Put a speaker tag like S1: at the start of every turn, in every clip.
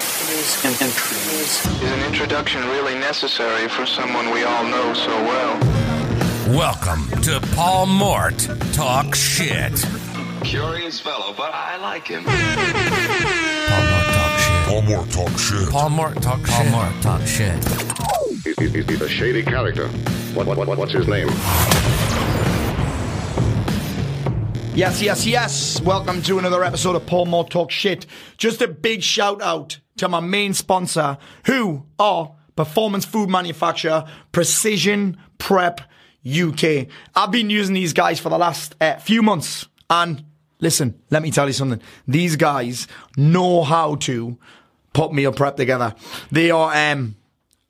S1: bushes and, and trees.
S2: Is an introduction really necessary for someone we all know so well?
S3: Welcome to Paul Mort Talk Shit.
S4: Curious fellow, but I like him.
S3: Paul Mort Talk Shit.
S5: Paul Mort talk
S3: Paul Mort Talk
S5: shit.
S3: Shit. Paul Mort Talk Shit.
S6: He- he- he- He's a shady character. What, what, what, what's his name?
S7: Yes, yes, yes. Welcome to another episode of Paul More Talk Shit. Just a big shout out to my main sponsor, who are performance food manufacturer Precision Prep UK. I've been using these guys for the last uh, few months. And listen, let me tell you something. These guys know how to put meal prep together. They are, um,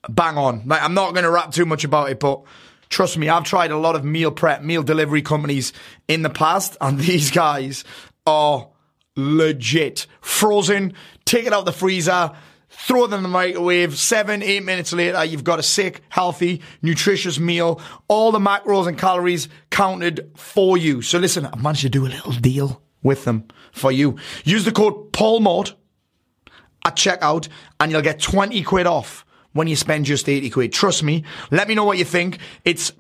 S7: bang on. Like, I'm not going to rap too much about it, but trust me, I've tried a lot of meal prep, meal delivery companies in the past, and these guys are legit. Frozen, take it out the freezer, throw it in the microwave. Seven, eight minutes later, you've got a sick, healthy, nutritious meal. All the macros and calories counted for you. So listen, I managed to do a little deal with them for you. Use the code PAULMOD at checkout and you'll get 20 quid off when you spend just 80 quid. Trust me. Let me know what you think. It's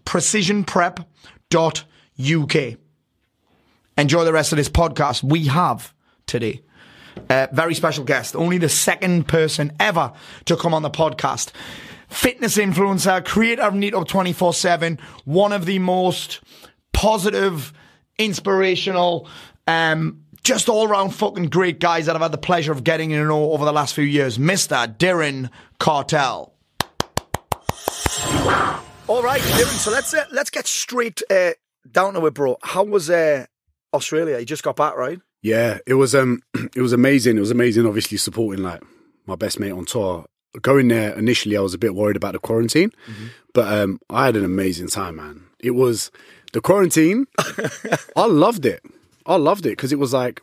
S7: precisionprep.uk. Enjoy the rest of this podcast we have today. Uh, very special guest, only the second person ever to come on the podcast. Fitness influencer, creator of Neat Up 24 7, one of the most positive, inspirational, um, just all round fucking great guys that I've had the pleasure of getting to know over the last few years, Mr. Darren Cartel. All right, Darren. So let's uh, let's get straight uh, down to it, bro. How was uh, Australia? You just got back, right?
S8: Yeah, it was um it was amazing. It was amazing obviously supporting like my best mate on tour. Going there initially I was a bit worried about the quarantine, but um I had an amazing time, man. It was the quarantine. I loved it. I loved it because it was like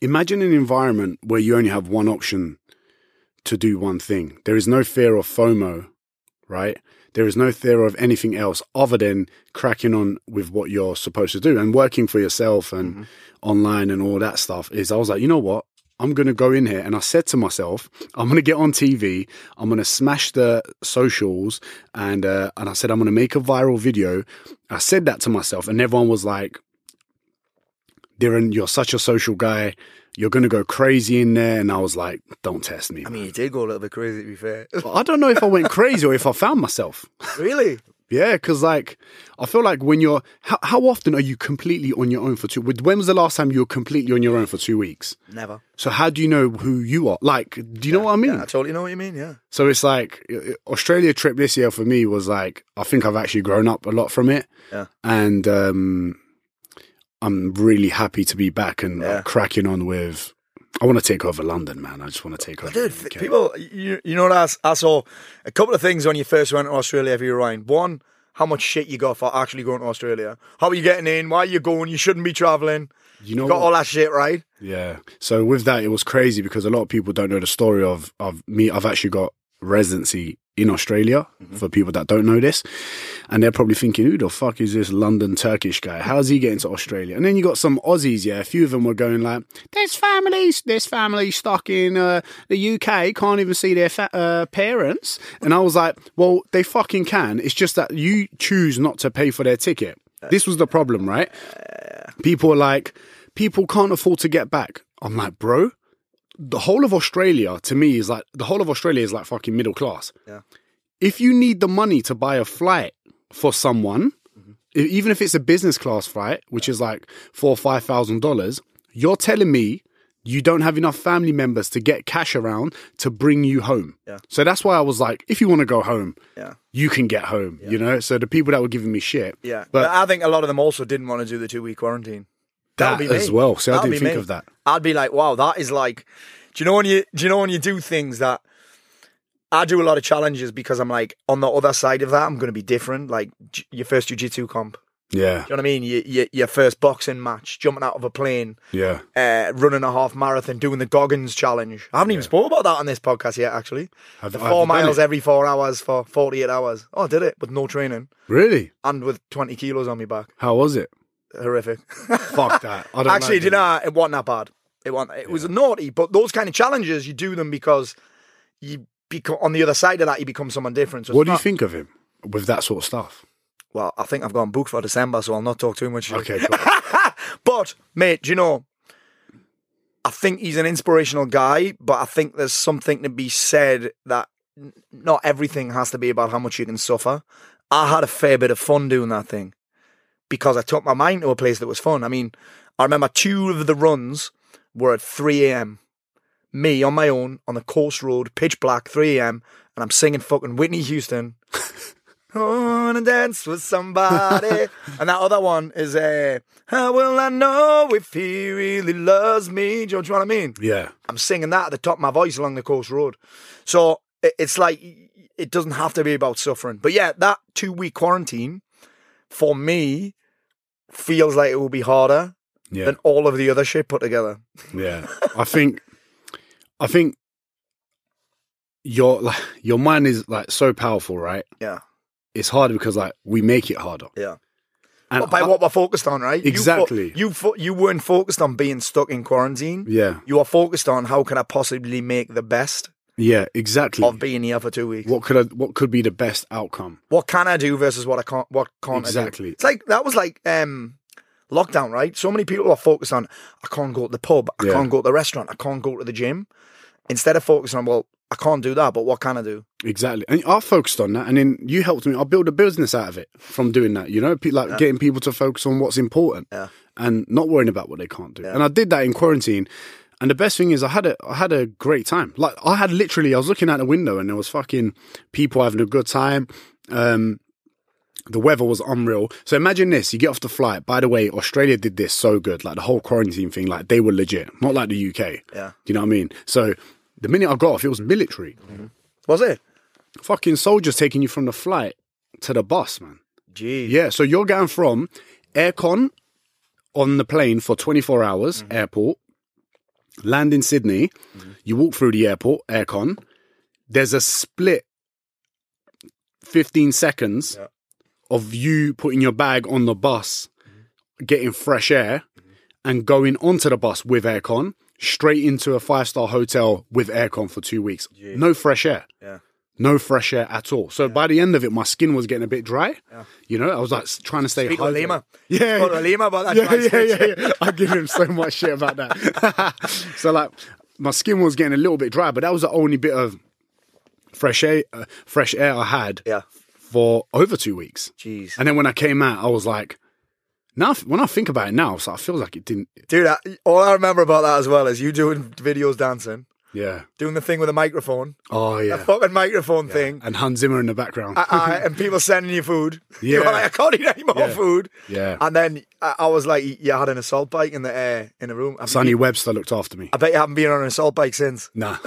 S8: imagine an environment where you only have one option to do one thing. There is no fear of FOMO, right? There is no fear of anything else other than cracking on with what you're supposed to do and working for yourself and online and all that stuff. Is I was like, you know what? I'm going to go in here. And I said to myself, I'm going to get on TV. I'm going to smash the socials. And, uh, and I said, I'm going to make a viral video. I said that to myself. And everyone was like, Darren, you're such a social guy. You're going to go crazy in there. And I was like, don't test me.
S7: I mean, you did go a little bit crazy, to be fair.
S8: I don't know if I went crazy or if I found myself.
S7: really?
S8: Yeah, because like I feel like when you're how, how often are you completely on your own for two? When was the last time you were completely on your own for two weeks?
S7: Never.
S8: So how do you know who you are? Like, do you know what I mean?
S7: Yeah, I totally know what you mean. Yeah.
S8: So it's like uh, Australia trip this year for me was like I think I've actually grown up a lot from it,
S7: Yeah.
S8: and um, I'm really happy to be back and like,
S7: Yeah.
S8: cracking on with. I want to take over London, man. I just want to take over.
S7: Dude,
S8: the
S7: th-
S8: UK.
S7: people, you, you know what I, s- I saw? A couple of things when you first went to Australia if you were Ryan. One, how much shit you got for actually going to Australia. How are you getting in? Why are you going? You shouldn't be traveling.
S8: you know
S7: got
S8: what?
S7: all that shit right.
S8: Yeah. So with that, it was crazy because a lot of people don't know the story of of me. I've actually got residency in Australia for people that don't know this, and they're probably thinking, "Who the fuck is this London Turkish guy? How's he getting to Australia?" And then you got some Aussies. Yeah, a few of them were going like, "There's families. There's families stuck in uh, the UK can't even see their fa- uh, parents." And I was like, "Well, they fucking can. It's just that you choose not to pay for their ticket." This was the problem, right? people are like, people can't afford to get back. I'm like, bro, the whole of Australia to me is like, the whole of Australia is like fucking middle class.
S7: Yeah.
S8: If you need the money to buy a flight for someone,
S7: Mm-hmm.
S8: e- even if it's a business class flight, which is like four or five thousand dollars, you're telling me you don't have enough family members to get cash around to bring you home.
S7: Yeah.
S8: So that's why I was like, if you want to go home,
S7: Yeah.
S8: you can get home. You know. So the people that were giving me shit,
S7: Yeah. But,
S8: but
S7: I think a lot of them also didn't want to do the two week quarantine. That'd
S8: that
S7: be me.
S8: as well. So I
S7: That'd
S8: didn't
S7: be
S8: think
S7: me.
S8: of that.
S7: I'd be like, wow, that is like, do you know when you do you know when you do things that I do a lot of challenges because I'm like on the other side of that I'm going to be different. Like j- your first jiu-jitsu comp,
S8: Yeah.
S7: do you know what I mean? Your, your your first boxing match, jumping out of a plane,
S8: Yeah.
S7: uh, running a half marathon, doing the Goggins challenge. I haven't even spoke about that on this podcast yet. Actually,
S8: Have-
S7: the
S8: have
S7: four
S8: you done
S7: miles
S8: it?
S7: every four hours for 48 hours. Oh, I did it with no training
S8: Really?
S7: and with 20 kilos on my back.
S8: How was it?
S7: Horrific.
S8: Fuck that. I don't
S7: Actually,
S8: like
S7: do you
S8: it.
S7: know, it wasn't that bad. It wasn't. It was naughty, but those kind of challenges you do them because you become on the other side of that, you become someone different. So it's
S8: What do you
S7: not-
S8: think of him with that sort of stuff?
S7: Well, I think I've gone booked for December, so I'll not talk too much.
S8: Okay, cool.
S7: But mate, do you know? I think he's an inspirational guy, but I think there's something to be said that n- not everything has to be about how much you can suffer. I had a fair bit of fun doing that thing because I took my mind to a place that was fun. I mean, I remember two of the runs were at 3 a.m. Me on my own on the course road, pitch black, 3 a.m., and I'm singing fucking Whitney Houston. I wanna dance with somebody. and that other one is uh, How will I know if he really loves me? Do you know what I mean?
S8: yeah.
S7: I'm singing that at the top of my voice along the coast road. So it, it's like it doesn't have to be about suffering. But yeah, that two week quarantine for me feels like it will be harder
S8: Yeah.
S7: than all of the other shit put together.
S8: Yeah, I think, I think your like your mind is like so powerful, right?
S7: Yeah.
S8: It's harder because like we make it harder.
S7: Yeah.
S8: And
S7: But by
S8: I-
S7: what we're focused on, right? You fo-
S8: Exactly.
S7: You fo- you weren't focused on being stuck in quarantine.
S8: Yeah,
S7: You are focused on how can I possibly make the best
S8: yeah, exactly.
S7: of being here for two weeks.
S8: What could I, what could be the best outcome?
S7: what can I do versus what I can't what can't I
S8: Exactly.
S7: do. It's like that was like um lockdown, right? So many people are focused on I can't go to the pub, I
S8: Yeah.
S7: can't go to the restaurant, I can't go to the gym. Instead of focusing on, well, I can't do that, but what can I do?
S8: Exactly, and I focused on that, and then you helped me. I built a business out of it from doing that. You know, Pe- like getting people to focus on what's important
S7: Yeah.
S8: and not worrying about what they can't do. And I did that in quarantine. And the best thing is, I had a I had a great time. Like I had literally, I was looking out the window, and there was fucking people having a good time. Um, the weather was unreal. So imagine this: you get off the flight. By the way, Australia did this so good. Like the whole quarantine thing, like they were legit, not like the UK.
S7: Yeah.
S8: do you know what I mean? So the minute I got off, it was military
S7: Was it?
S8: fucking soldiers taking you from the flight to the bus, man.
S7: Gee.
S8: Yeah, so you're going from aircon on the plane for 24 hours, airport, land in Sydney,
S7: Mm-hmm.
S8: you walk through the airport, aircon, there's a split 15 seconds
S7: Yeah.
S8: of you putting your bag on the bus,
S7: Mm-hmm.
S8: getting fresh air, and going onto the bus with aircon. Straight into a five star hotel with aircon for two weeks. No fresh air
S7: Yeah.
S8: no fresh air at all. So by the end of it, my skin was getting a bit dry. You know, I was like s- trying to stay.
S7: Speak with
S8: hydrated.
S7: Lima.
S8: Yeah.
S7: Speak with Lima about that
S8: Yeah,
S7: dry
S8: yeah,
S7: skin.
S8: yeah, yeah. I give him so much shit about that. so like, my skin was getting a little bit dry, but that was the only bit of fresh air, uh, fresh air I had
S7: Yeah.
S8: for over two weeks.
S7: Jeez.
S8: And then when I came out, I was like, now when I think about it now, so I feel like it didn't.
S7: Dude, I, all I remember about that as well is you doing videos dancing,
S8: Yeah.
S7: doing the thing with a microphone,
S8: Oh
S7: a
S8: yeah.
S7: fucking microphone thing.
S8: And Hans Zimmer in the background.
S7: I, I, and people sending you food.
S8: Yeah.
S7: You're like, I can't eat any more
S8: Yeah.
S7: food.
S8: Yeah.
S7: And then I, I was like, you had an assault bike in the air in a room. Have you
S8: Sonny
S7: been-
S8: Webster looked after me.
S7: I bet you haven't been on an assault bike since.
S8: Nah.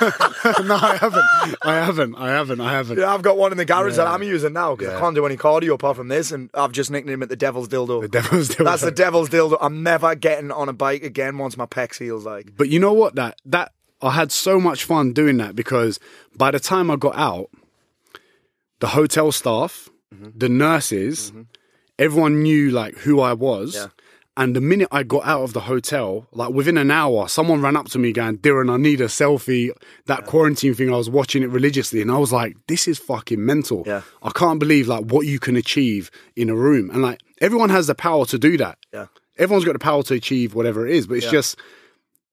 S8: no, I haven't. I haven't. I haven't. I haven't.
S7: Yeah, I've got one in the garage that I'm using now because I
S8: Yeah.
S7: can't do any cardio apart from this, and I've just nicknamed it the Devil's Dildo.
S8: The devil's devil.
S7: That's the devil's dildo. I'm never getting on a bike again once my pecs heals. Like,
S8: But you know what? That that I had so much fun doing that because by the time I got out, the hotel staff,
S7: Mm-hmm.
S8: the nurses, everyone knew like who I was.
S7: Yeah.
S8: And the minute I got out of the hotel, like within an hour, someone ran up to me going, Darren, I need a selfie. That quarantine thing, I was watching it religiously. And I was like, this is fucking mental.
S7: Yeah.
S8: I can't believe like what you can achieve in a room. And like everyone has the power to do that.
S7: yeah,
S8: everyone's got the power to achieve whatever it is, but it's just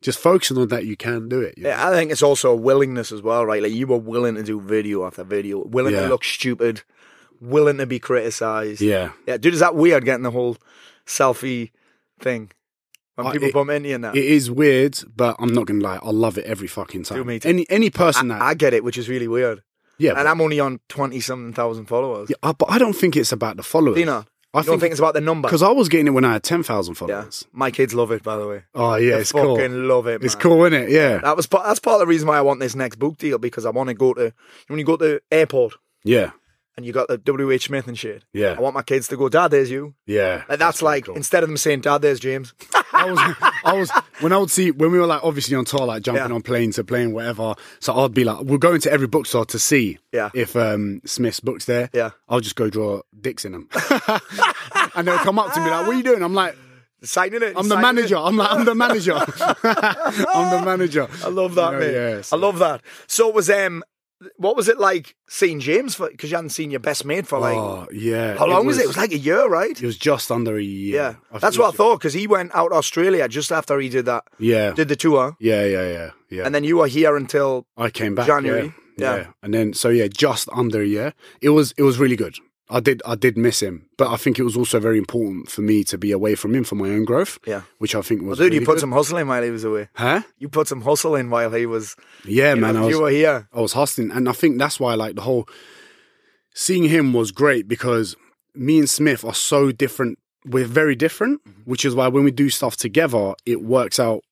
S8: just focusing on that you can do it. you know?
S7: yeah. I think it's also a willingness as well, right? Like you were willing to do video after video, willing to
S8: Yeah.
S7: look stupid, willing to be criticized.
S8: Yeah.
S7: yeah, dude. Is that weird getting the whole selfie thing when
S8: Uh,
S7: people
S8: it-
S7: bump into you now?
S8: It is weird, but I'm not gonna lie, I love it every fucking time.
S7: Do me too.
S8: Any any person that
S7: I, I get it, which is really weird.
S8: yeah,
S7: and
S8: but,
S7: I'm only on twenty something thousand followers.
S8: yeah, I, but I don't think it's about the followers.
S7: Do you not?
S8: I
S7: You don't think it's about the number?
S8: because I was getting it when I had ten thousand
S7: Yeah,
S8: followers.
S7: my kids love it. By the way,
S8: Oh yeah,
S7: They
S8: it's cool.
S7: fucking love it.
S8: It's
S7: man.
S8: cool, isn't it? Yeah,
S7: That was part, that's part of the reason why I want this next book deal because I want to go to when you go to airport
S8: yeah,
S7: and you got the W H Smith and shit.
S8: Yeah.
S7: I want my kids to go, Dad, there's you.
S8: yeah.
S7: Like, that's,
S8: really
S7: like
S8: cool.
S7: instead of them saying, Dad, there's James.
S8: I was, I was when I would see when we were like obviously on tour, like jumping
S7: Yeah.
S8: on planes to plane, whatever. So I'd be like, we're going to every bookstore to see
S7: Yeah.
S8: if um, Smith's books there.
S7: Yeah.
S8: I'll just go draw dicks in them, and they'll come up to me like, "What are you doing?" I'm like,
S7: signing it.
S8: I'm the
S7: signing
S8: manager.
S7: it.
S8: I'm like, I'm the manager. I'm the manager.
S7: I love that,
S8: You know,
S7: mate.
S8: yeah, so-
S7: I love that. So it was um, what was it like seeing James? Because you hadn't seen your best mate for like
S8: Oh, yeah.
S7: how long was, it? It was like a year, right?
S8: it was just under a year.
S7: yeah,
S8: think
S7: that's
S8: it
S7: what
S8: was
S7: I thought. Because he went out to Australia just after he did that,
S8: ju- Yeah.
S7: did the tour,
S8: yeah, yeah, yeah, yeah.
S7: and then you were here until
S8: I came back
S7: January,
S8: Yeah.
S7: yeah.
S8: yeah. And then so yeah, just under a year. It was it was really good. I did I did miss him, but I think it was also very important for me to be away from him for my own growth.
S7: Yeah.
S8: Which I think was
S7: dude.
S8: really
S7: you put
S8: good.
S7: some hustle in while he was away.
S8: Huh?
S7: You put some hustle in while he was.
S8: Yeah,
S7: you
S8: man.
S7: know,
S8: I was,
S7: you were here.
S8: I was hustling, and I think that's why like the whole seeing him was great because me and Smith are so different. We're very different,
S7: Mm-hmm.
S8: which is why when we do stuff together, it works out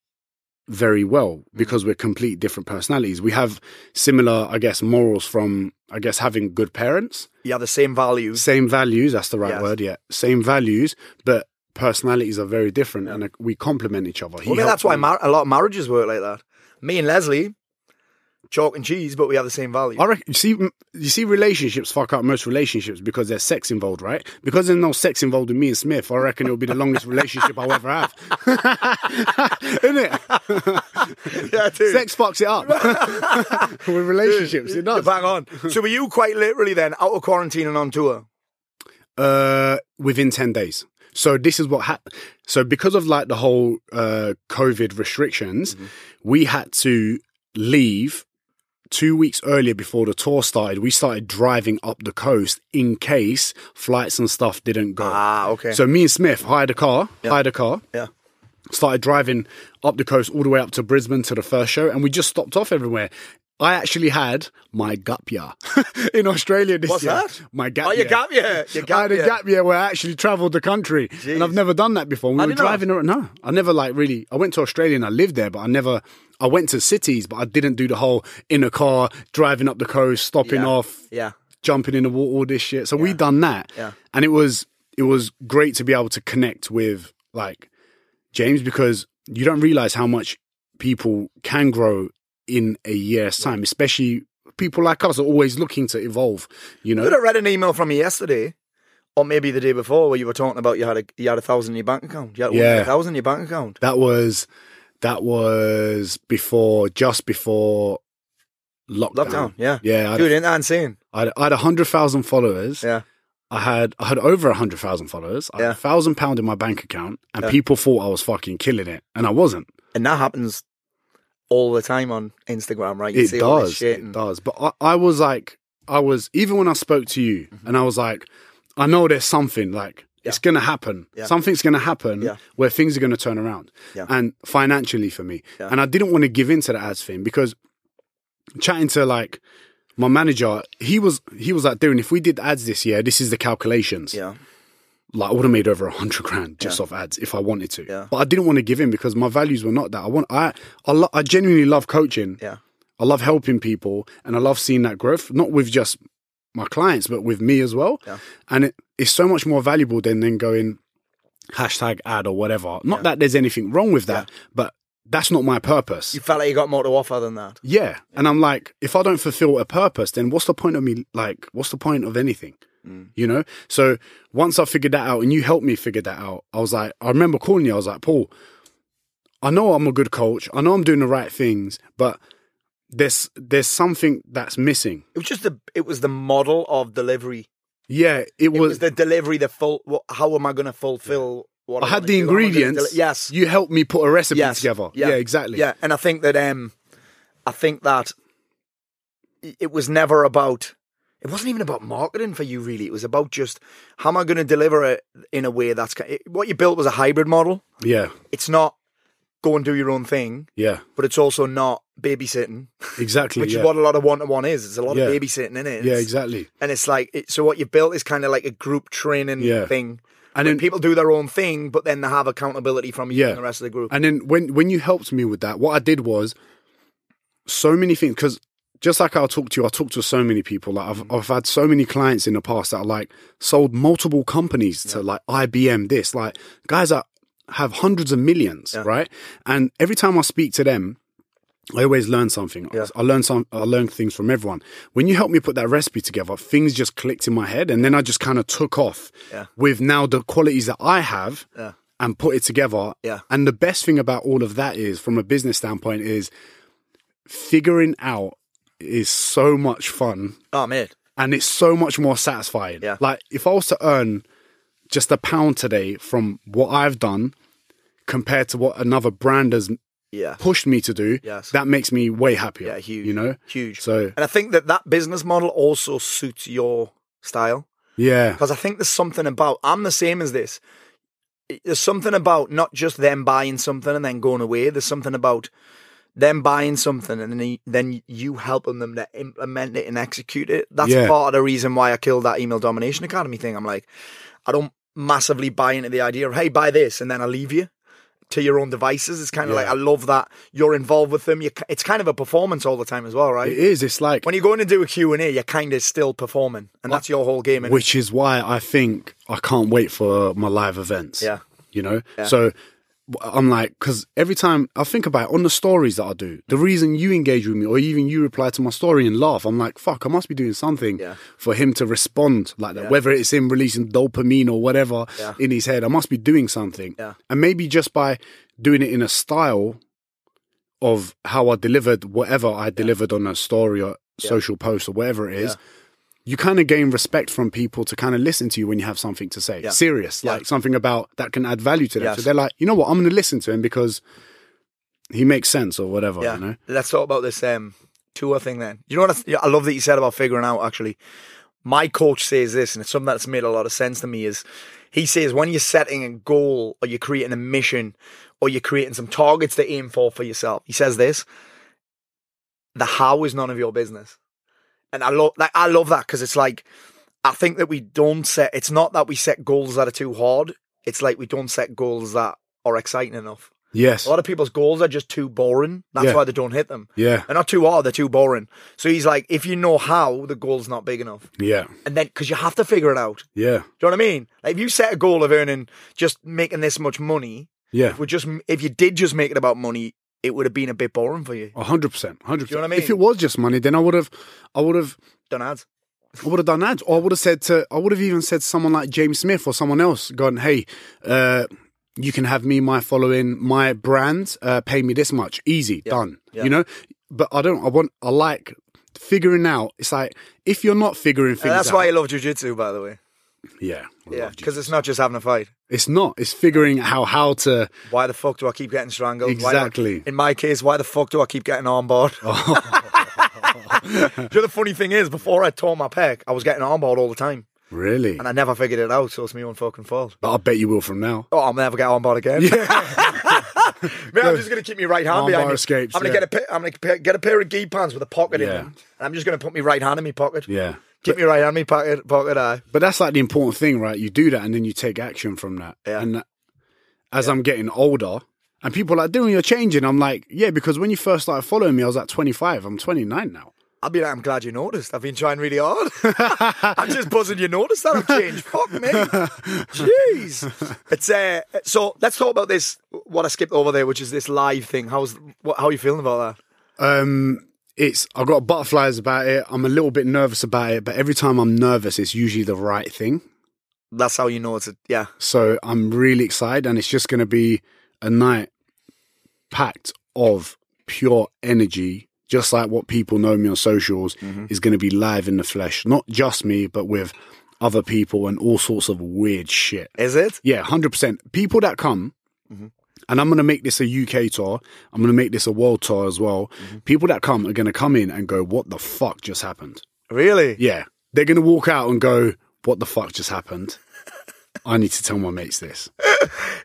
S8: very well
S7: Mm-hmm.
S8: because we're complete different personalities. We have similar, I guess, morals from I guess having good parents,
S7: You had the same values.
S8: same values. That's the right
S7: Yes.
S8: word, yeah. Same values, but personalities are very different, and uh, we complement each other. He
S7: Well, I mean, that's
S8: helped
S7: why
S8: me-
S7: mar- a lot of marriages work like that. Me and Leslie, chalk and cheese, but we have the same value.
S8: I reckon, you see, you see, relationships fuck up most relationships because there's sex involved, right? Because there's no sex involved with me and Smith, I reckon it'll be the longest relationship I'll ever have, isn't it?
S7: yeah, dude.
S8: Sex fucks it up with relationships. It does.
S7: Bang on. So were you quite literally then out of quarantine and on tour?
S8: Uh, within ten days. So this is what happened. So because of like the whole uh, COVID restrictions,
S7: Mm-hmm.
S8: we had to leave two weeks earlier before the tour started. We started driving up the coast in case flights and stuff didn't go.
S7: Ah, okay.
S8: So me and Smith hired a car, hired a car,
S7: yeah.
S8: started driving up the coast all the way up to Brisbane to the first show, and we just stopped off everywhere. I actually had my gap year in Australia this
S7: What's
S8: year.
S7: that?
S8: My gap
S7: Oh,
S8: year.
S7: your gap year. Your
S8: I
S7: gap
S8: had a
S7: year.
S8: gap year where I actually travelled the country, and I've never done that before. We were
S7: didn't know.
S8: driving around. No, I never like really. I went to Australia and I lived there, but I never. I went to cities, but I didn't do the whole in a car driving up the coast, stopping
S7: Yeah.
S8: off,
S7: Yeah.
S8: jumping in the water, all this shit. So we done that,
S7: Yeah.
S8: and it was it was great to be able to connect with like James because you don't realize how much people can grow in a year's time, especially people like us are always looking to evolve. You know,
S7: But I read an email from you yesterday, or maybe the day before, where you were talking about you had a you had a thousand in your bank account. You had
S8: Yeah.
S7: a thousand in your bank account.
S8: that was that was before just before lockdown.
S7: Lockdown. Yeah.
S8: Yeah, I'd-
S7: Dude, ain't that insane?
S8: I had, I had hundred thousand followers.
S7: Yeah.
S8: I had I had over a hundred thousand followers. I had
S7: Yeah.
S8: a thousand pound in my bank account, and people thought I was fucking killing it, and I wasn't.
S7: And that happens all the time on Instagram, right? You
S8: it
S7: see all this
S8: does,
S7: shit
S8: it
S7: and-
S8: does. But I, I was like, I was even when I spoke to you,
S7: Mm-hmm.
S8: and I was like, I know there's something like it's gonna happen.
S7: Yeah.
S8: Something's gonna happen
S7: Yeah.
S8: where things are gonna turn around,
S7: Yeah.
S8: and financially for me,
S7: Yeah.
S8: and I didn't want to give in to that ads thing because chatting to like my manager, he was he was like, dude, if we did ads this year, this is the calculations
S7: Yeah.
S8: like I would have made over a hundred grand just off ads if I wanted to.
S7: Yeah.
S8: But I didn't want to give in because my values were not that. I want I I, lo- I genuinely love coaching.
S7: Yeah.
S8: I love helping people and I love seeing that growth, not with just my clients, but with me as well.
S7: Yeah.
S8: And it, it's so much more valuable than then going hashtag ad or whatever. Not that there's anything wrong with that, but that's not my purpose.
S7: You felt like you got more to offer than that.
S8: Yeah. And I'm like, if I don't fulfill a purpose, then what's the point of me? Like, what's the point of anything?
S7: Mm.
S8: You know? So once I figured that out and you helped me figure that out, I was like, I remember calling you. I was like, Paul, I know I'm a good coach. I know I'm doing the right things, but there's, there's something that's missing.
S7: It was just the it was the model of delivery.
S8: Yeah. It
S7: It
S8: was,
S7: was the delivery, the full. What, how am I going to fulfill? What
S8: I had
S7: wanna
S8: the
S7: do? How am I gonna
S8: ingredients.
S7: deli- yes,
S8: You helped me put a recipe
S7: yes,
S8: together. Yeah. exactly.
S7: Yeah, and I think that um, I think that i- it was never about. It wasn't even about marketing for you, really. It was about just how am I going to deliver it in a way that's ki- it- what you built was a hybrid model.
S8: Yeah.
S7: It's not go and do your own thing,
S8: Yeah.
S7: but it's also not babysitting,
S8: Exactly.
S7: which
S8: yeah.
S7: is what a lot of one to one is. It's a lot
S8: Yeah.
S7: of babysitting in it.
S8: yeah, exactly.
S7: And it's like it, so. What you built is kind of like a group training
S8: Yeah.
S7: thing. And
S8: And then-
S7: then people do their own thing, but then they have accountability from you
S8: Yeah.
S7: and the rest of the group.
S8: And then when when you helped me with that, what I did was so many things because just like I talked to you, I talked to so many people. Like I've I've had so many clients in the past that are like sold multiple companies to like IBM. This like guys that have hundreds of millions, right? And every time I speak to them. I always learn something. I learn some. I learn things from everyone. When you helped me put that recipe together, things just clicked in my head, and then I just kind of took off with now the qualities that I have,
S7: Yeah.
S8: and put it together.
S7: Yeah.
S8: And the best thing about all of that is, from a business standpoint, is figuring out is so much fun
S7: Oh, mate.
S8: and it's so much more satisfying.
S7: Yeah.
S8: Like if I was to earn just a pound today from what I've done compared to what another brand has
S7: Yeah.
S8: pushed me to do,
S7: Yes.
S8: that makes me way happier.
S7: Yeah, huge.
S8: You know?
S7: Huge.
S8: So
S7: And I think that that business model also suits your style.
S8: yeah.
S7: because I think there's something about I'm the same as this. There's something about not just them buying something and then going away. There's something about them buying something and then y- then you helping them to implement it and execute it. That's
S8: Yeah.
S7: part of the reason why I killed that email domination academy thing. I'm like, I don't massively buy into the idea of hey, buy this and then I leave you to your own devices. It's kind of like I love that you're involved with them. You, ki- it's kind of a performance all the time as well, right?
S8: It is. It's like
S7: When you're going to do a Q and A, you're kind of still performing, and that's your whole game. innit?
S8: which is why I think I can't wait for my live events.
S7: Yeah.
S8: You know? So I'm like, because every time I think about it, on the stories that I do, the reason you engage with me or even you reply to my story and laugh, I'm like, fuck, I must be doing something
S7: Yeah.
S8: for him to respond like that. Whether it's him releasing dopamine or whatever in his head, I must be doing something.
S7: Yeah.
S8: And maybe just by doing it in a style of how I delivered whatever I delivered on a story or social post or whatever it is, you kind of gain respect from people to kind of listen to you when you have something to say. Serious, like something about that can add value to them.
S7: Yes.
S8: So they're like, you know what, I'm going to listen to him because he makes sense or whatever.
S7: Yeah.
S8: You know,
S7: Let's talk about this um, tour thing then. You know what? I, th- yeah, I love that you said about figuring out actually. My coach says this, and it's something that's made a lot of sense to me. Is he says when you're setting a goal or you're creating a mission or you're creating some targets to aim for for yourself, he says this: the how is none of your business. And I love like I love that because it's like I think that we don't set. It's not that we set goals that are too hard. It's like we don't set goals that are exciting enough.
S8: yes,
S7: A lot of people's goals are just too boring. That's
S8: Yeah.
S7: why they don't hit them.
S8: yeah,
S7: They're not too hard, they're too boring. So he's like, if you know how, the goal's not big enough.
S8: yeah,
S7: And then, because you have to figure it out.
S8: yeah,
S7: Do you know what I mean? Like, if you set a goal of earning just making this much money,
S8: yeah.
S7: if, we just, if you did just make it about money, it would have been a bit boring for you.
S8: A hundred percent, hundred
S7: Do you know
S8: percent.
S7: what I
S8: If
S7: mean?
S8: it was just money, then I would have, I would have,
S7: Don't add.
S8: I would have done ads, or I would have said to, I would have even said to someone like James Smith or someone else, gone, hey, uh, you can have me, my following, my brand, uh, pay me this much, easy, done. You know, but I don't. I want. I like figuring out. It's like if you're not figuring things
S7: And that's
S8: out,
S7: why I love jujitsu, by the way.
S8: yeah, I
S7: Yeah.
S8: loved you.
S7: Because it's not just having a fight.
S8: it's not. It's figuring out how how to.
S7: Why the fuck do I keep getting strangled? Why do I-
S8: Exactly. Oh.
S7: in my case, why the fuck do I keep getting armbarred? you know, the funny thing is, before I tore my pec, I was getting armbarred all the time,
S8: Really,
S7: and I never figured it out. So it's my own fucking fault.
S8: but I bet you will from now.
S7: Oh, I'm never get armbarred again. Man, I'm just gonna keep my right hand
S8: Armbar
S7: behind me.
S8: escapes,
S7: I'm gonna
S8: yeah.
S7: get a pa- I'm gonna pa- get a pair of gi pants with a pocket in
S8: Yeah.
S7: them, and I'm just gonna put my right hand in my pocket.
S8: Yeah.
S7: Keep my right hand in my pocket. Pocket eye.
S8: But that's like the important thing, right? You do that and then you take action from that.
S7: Yeah.
S8: And that- as I'm getting older, and people are like, doing you're changing. I'm like, yeah, because when you first started following me, I was like 25. I'm 29 now.
S7: I'll be like, I'm glad you noticed. I've been trying really hard. I'm just buzzing you noticed that I've changed. Fuck me. Jeez. It's uh, so let's talk about this what I skipped over there, which is this live thing. How's what how are you feeling about that?
S8: Um, it's I've got butterflies about it. I'm a little bit nervous about it, but every time I'm nervous, it's usually the right thing.
S7: That's how you know it's a yeah.
S8: So I'm really excited, and it's just going to be a night packed of pure energy, just like what people know me on socials is going to be live in the flesh. Not just me, but with other people and all sorts of weird shit.
S7: Is it?
S8: Yeah, 100%. People that come, and I'm going to make this a UK tour, I'm going to make this a world tour as well. People that come are going to come in and go, What the fuck just happened?
S7: Really?
S8: Yeah. They're going to walk out and go, What the fuck just happened? I need to tell my mates this.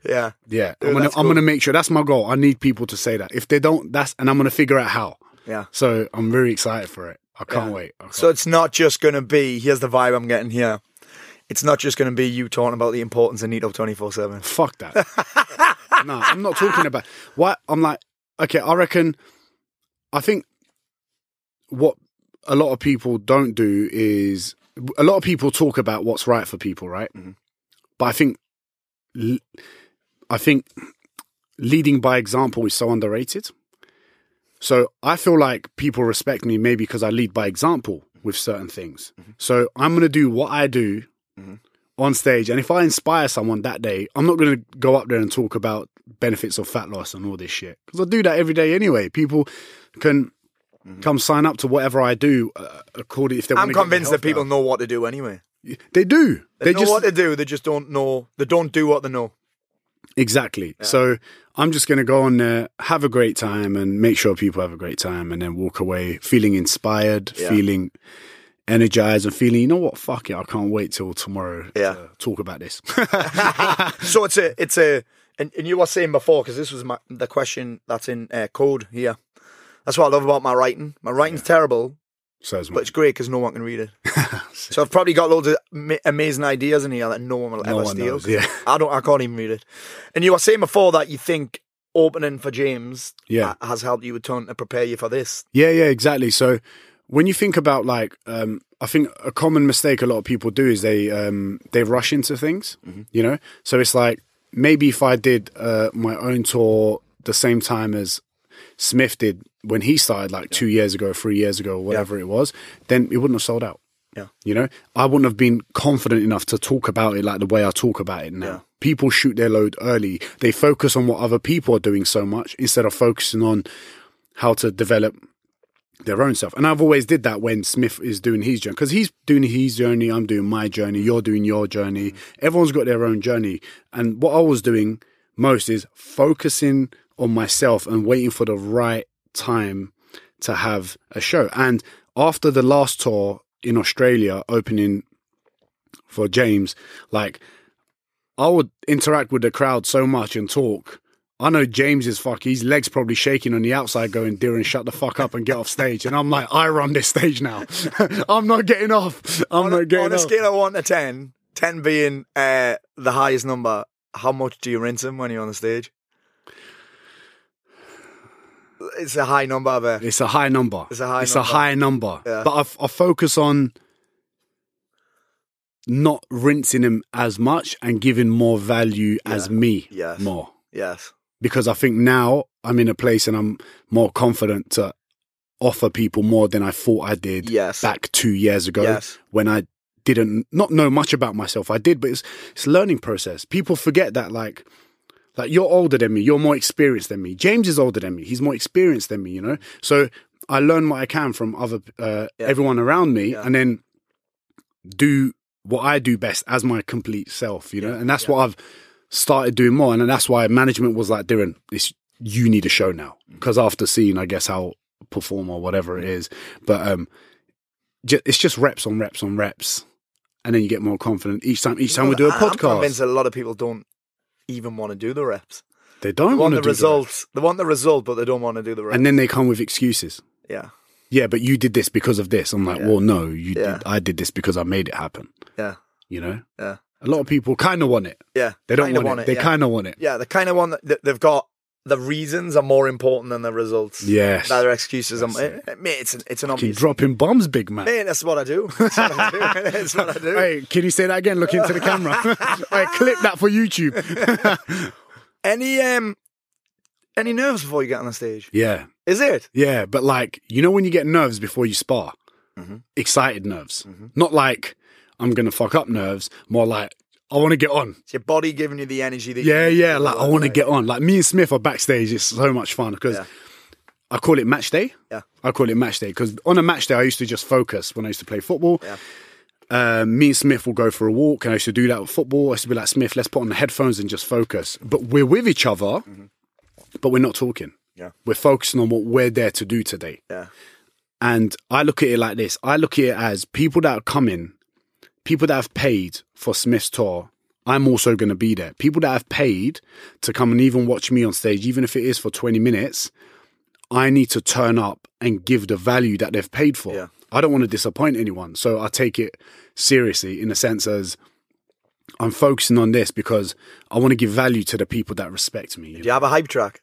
S7: Yeah.
S8: Yeah, I'm gonna, I'm gonna make sure that's my goal. I need people to say that. If they don't, that's and I'm gonna figure out how.
S7: Yeah.
S8: So I'm very excited for it. I can't wait. I can't-
S7: So it's not just gonna be here's the vibe I'm getting here. It's not just gonna be you talking about the importance of Nito twenty four seven.
S8: fuck that. no, I'm not talking about what I'm like. Okay, I reckon. I think what a lot of people don't do is a lot of people talk about what's right for people, right? But I think, l- I think leading by example is so underrated. So I feel like people respect me maybe
S7: Mm-hmm.
S8: because I lead by example with certain things. So I'm going to do what I do on stage, and if I inspire someone that day, I'm not going to go up there and talk about benefits of fat loss and all this shit because I do that every day anyway. People can come sign up to whatever I do uh, according if they.
S7: Mm-hmm. I'm
S8: wanna get their
S7: convinced
S8: health
S7: that people
S8: better.
S7: know what to do anyway.
S8: they do.
S7: They, know what to do. They just don't know. They don't do what they know.
S8: Exactly. So I'm just going to go on there, have a great time, and make sure people have a great time, and then walk away feeling inspired,
S7: Yeah.
S8: feeling energized, and feeling, you know what, fuck it, I can't wait till tomorrow
S7: Yeah.
S8: to talk about this.
S7: So it's a it's a and, and you were saying before because this was my the question that's in uh, code here. That's what I love about my writing. My writing's terrible,
S8: so as
S7: but it's great because no one can read it. so I've probably got loads of ma- amazing ideas in here that no one will
S8: No
S7: ever
S8: one
S7: steal.
S8: knows, yeah.
S7: I don't. I can't even read it. And you were saying before that you think opening for James
S8: Yeah.
S7: ha- has helped you a ton to prepare you for this.
S8: Yeah, yeah, exactly. So when you think about like, um, I think a common mistake a lot of people do is they um, they rush into things,
S7: Mm-hmm.
S8: you know. So it's like maybe if I did uh, my own tour the same time as Smith did when he started, like two years ago, three years ago, whatever it was, then it wouldn't have sold out.
S7: Yeah.
S8: you know, I wouldn't have been confident enough to talk about it like the way I talk about it now.
S7: Yeah.
S8: People shoot their load early. They focus on what other people are doing so much instead of focusing on how to develop their own stuff. And I've always did that when Smith is doing his journey because he's doing his journey, I'm doing my journey, you're doing your journey. Everyone's got their own journey. And what I was doing most is focusing on myself and waiting for the right time to have a show. And after the last tour in Australia, opening for James, like I would interact with the crowd so much and talk. I know James is fuck. His legs probably shaking on the outside, going, "Dear, and shut the fuck up and get off stage." And I'm like, I run this stage now. I'm not getting off. I'm
S7: on, a-
S8: not getting
S7: on a
S8: off.
S7: scale of one to 10, 10 being uh, the highest number, how much do you rinse him when you're on the stage? It's a high number, I bet.
S8: It's a high number.
S7: It's a high
S8: It's
S7: number.
S8: a high number.
S7: Yeah.
S8: But I, f- I focus on not rinsing him as much and giving more value as me
S7: Yes.
S8: more.
S7: Yes.
S8: because I think now I'm in a place and I'm more confident to offer people more than I thought I did
S7: Yes.
S8: back two years ago
S7: Yes.
S8: when I didn't not know much about myself. I did, but it's it's a learning process. People forget that like like you're older than me, you're more experienced than me. James is older than me, he's more experienced than me, you know? So I learn what I can from other uh, everyone around me and then do what I do best as my complete self, you know? And that's what I've started doing more. And that's why management was like, Darren, it's, you need a show now.
S7: Mm.
S8: Because after seeing, I guess, how perform or whatever it is, but um, ju- it's just reps on reps on reps. And then you get more confident each time. Each time we do a
S7: I- I'm convinced
S8: podcast,
S7: a lot of people don't even want to do the reps.
S8: they don't
S7: They
S8: want
S7: want
S8: to
S7: the
S8: do the reps.
S7: results. They want the result, but they don't want to do the reps.
S8: And then they come with excuses.
S7: yeah.
S8: Yeah, but you did this because of this. I'm like, well, no, you
S7: Yeah.
S8: did, I did this because I made it happen.
S7: Yeah.
S8: You know,
S7: Yeah.
S8: a lot of people kind of want it.
S7: Yeah.
S8: They don't
S7: Kinda
S8: want, it. They
S7: yeah.
S8: kind of want it.
S7: Yeah, the kind of one that that they've got. The reasons are more important than the results.
S8: Yes.
S7: Their excuses. Are,
S8: That's
S7: eh, mate, it's an, it's an
S8: Keep
S7: obvious.
S8: dropping bombs, big man.
S7: Mate, that's what I do. That's what I do. That's what I do.
S8: Hey, can you say that again? Look into the camera. hey, clip that for YouTube.
S7: Any um, any nerves before you get on the stage?
S8: yeah,
S7: Is it?
S8: yeah. But like, you know, when you get nerves before you spar, excited nerves, not like I'm gonna fuck up nerves. More like I want to get on.
S7: It's your body giving you the energy that?
S8: Yeah,
S7: you need
S8: yeah. Like I want to
S7: Like,
S8: get on. Like me and Smith are backstage. It's so much fun because
S7: Yeah.
S8: I call it match day.
S7: Yeah.
S8: I call it match day because on a match day I used to just focus when I used to play football. Um, me and Smith will go for a walk, and I used to do that with football. I used to be like Smith, let's put on the headphones and just focus. But we're with each other, but we're not talking.
S7: Yeah.
S8: we're focusing on what we're there to do today.
S7: Yeah.
S8: And I look at it like this. I look at it as people that are coming, people that have paid for Smith's tour, I'm also going to be there. People that have paid to come and even watch me on stage, even if it is for 20 minutes, I need to turn up and give the value that they've paid for.
S7: Yeah.
S8: I don't want to disappoint anyone. So I take it seriously in a sense as I'm focusing on this because I want to give value to the people that respect me. you
S7: Do you have a hype track?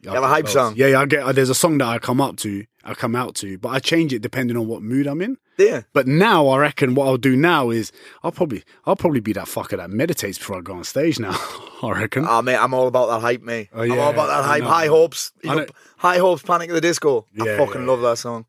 S8: you
S7: have a hype song?
S8: Yeah, yeah. I get. uh, There's a song that I come up to, I come out to, but I change it depending on what mood I'm in.
S7: Yeah.
S8: But now I reckon what I'll do now is I'll probably I'll probably be that fucker that meditates before I go on stage. Now I reckon.
S7: Oh mate, I'm all about that hype, mate.
S8: Oh,
S7: I'm
S8: yeah,
S7: all about that
S8: I
S7: hype.
S8: know.
S7: High hopes, you
S8: I
S7: know,
S8: know.
S7: high hopes. Panic at the disco. I
S8: Yeah,
S7: fucking
S8: yeah,
S7: love that song.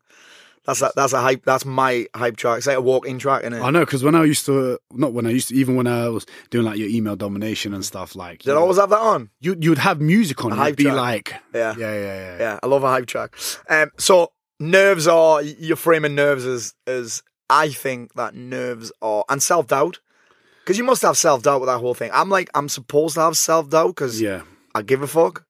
S7: That's a, that's a hype. That's my hype track. It's like a walk-in track, innit?
S8: I know because when I used to, not when I used to, even when I was doing like your email domination and stuff, like
S7: Did I always have that on?
S8: you you'd have music on.
S7: hype
S8: It'd be
S7: track.
S8: like,
S7: Yeah.
S8: yeah, yeah, yeah.
S7: Yeah, I love a hype track. Um, so nerves are you're framing nerves as as I think that nerves are and self doubt because you must have self doubt with that whole thing. I'm like I'm supposed to have self doubt because
S8: Yeah.
S7: I give a fuck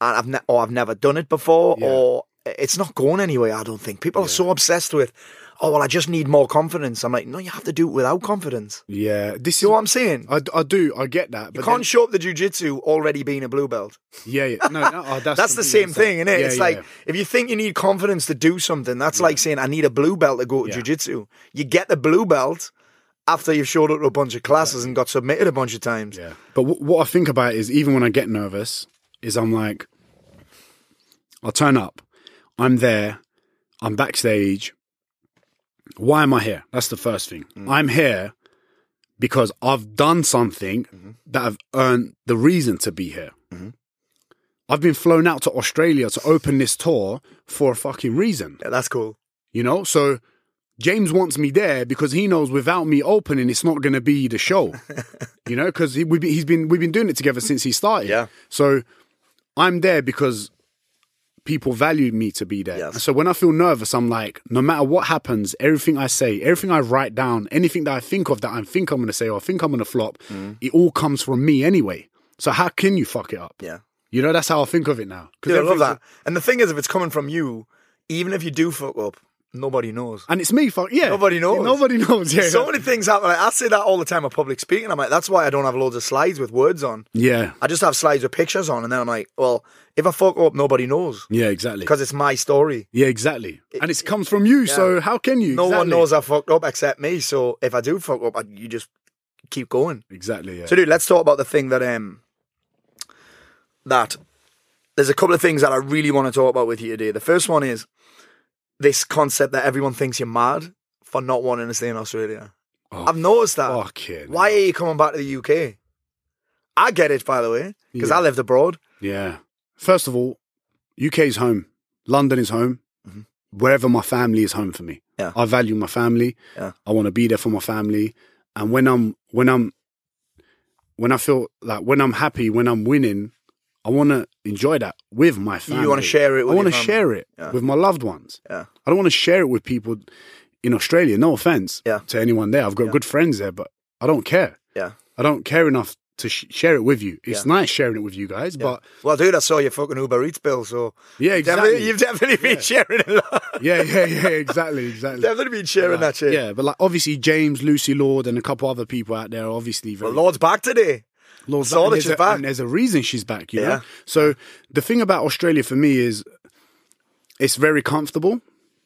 S7: and I've ne- or I've never done it before
S8: Yeah.
S7: or it's not going anywhere. I don't think people are so obsessed with. Oh well, I just need more confidence. I'm like, no, you have to do it without confidence.
S8: yeah. This
S7: You
S8: is
S7: know what I'm saying?
S8: I, I do I get that,
S7: You
S8: but
S7: can't
S8: then-
S7: show up the jujitsu already being a blue belt.
S8: yeah, yeah, no, no oh, that's,
S7: That's the
S8: completely
S7: same thing,
S8: insane.
S7: innit?
S8: Yeah,
S7: it's
S8: yeah,
S7: like
S8: yeah.
S7: if you think you need confidence to do something, that's like saying I need a blue belt to go to
S8: Yeah.
S7: jujitsu. You get the blue belt after you've showed up to a bunch of classes and got submitted a bunch of times.
S8: Yeah. But w- what I think about is even when I get nervous, is I'm like, I'll turn up, I'm there, I'm backstage. Why am I here? That's the first thing. I'm here because I've done something that I've earned the reason to be here. I've been flown out to Australia to open this tour for a fucking reason.
S7: Yeah, that's cool.
S8: You know, so James wants me there because he knows without me opening, it's not going to be the show. you know, because he, we've been- he's been we've been doing it together since he started.
S7: Mm. Yeah.
S8: So I'm there because people value me to be there.
S7: Yes.
S8: So when I feel nervous, I'm like, no matter what happens, everything I say, everything I write down, anything that I think of that I think I'm going to say or I think I'm going to flop,
S7: Mm.
S8: it all comes from me anyway. So how can you fuck it up?
S7: Yeah.
S8: You know, that's how I think of it now. 'Cause
S7: Dude, I love
S8: everything's-
S7: that. And the thing is, if it's coming from you, even if you do fuck up, nobody knows.
S8: And it's me, fuck yeah.
S7: Nobody knows.
S8: Nobody knows. Yeah.
S7: So many things happen. Like, I say that all the time at public speaking. I'm like, that's why I don't have loads of slides with words on.
S8: yeah.
S7: I just have slides with pictures on, and then I'm like, well, if I fuck up, nobody knows
S8: Yeah. Exactly.
S7: because it's my story.
S8: Yeah, exactly. and it comes from you, so how can you?
S7: No one
S8: Exactly.
S7: knows I fucked up except me. So if I do fuck up, I, you just keep going.
S8: Exactly. Yeah.
S7: So, dude, let's talk about the thing that um that there's a couple of things that I really want to talk about with you today. The first one is this concept that everyone thinks you're mad for not wanting to stay in Australia.
S8: Oh,
S7: I've noticed that.
S8: fucking
S7: Why are you coming back to the UK? I get it, by the way, because
S8: Yeah.
S7: I lived abroad.
S8: Yeah. First of all, UK is home. London is home. Wherever my family is home for me.
S7: Mm-hmm. Yeah.
S8: I value my family.
S7: Yeah.
S8: I want to be there for my family. And when I'm when I'm when I feel like when I'm happy, when I'm winning, I want to enjoy that with my family.
S7: wanna share it with
S8: I
S7: your
S8: want to
S7: family.
S8: share it
S7: Yeah.
S8: with my loved ones.
S7: Yeah.
S8: I don't want to share it with people in Australia. No offense
S7: Yeah.
S8: to anyone there. I've got good friends there, but I don't care.
S7: Yeah.
S8: I don't care enough to sh- share it with you. It's nice sharing it with you guys, but
S7: Well, dude, I saw your fucking Uber Eats bill, so
S8: Yeah,
S7: you've definitely-
S8: exactly.
S7: You've definitely been sharing a lot.
S8: yeah, yeah, yeah, exactly, exactly.
S7: definitely been sharing that shit.
S8: Yeah, but like obviously James, Lucy Lord, and a couple other people out there are obviously
S7: But
S8: very.
S7: Lord's back today.
S8: Lord's
S7: saw
S8: and
S7: that
S8: there's
S7: she's
S8: a,
S7: back.
S8: And there's a reason she's back, you
S7: Yeah.
S8: know. So the thing about Australia for me is, it's very comfortable.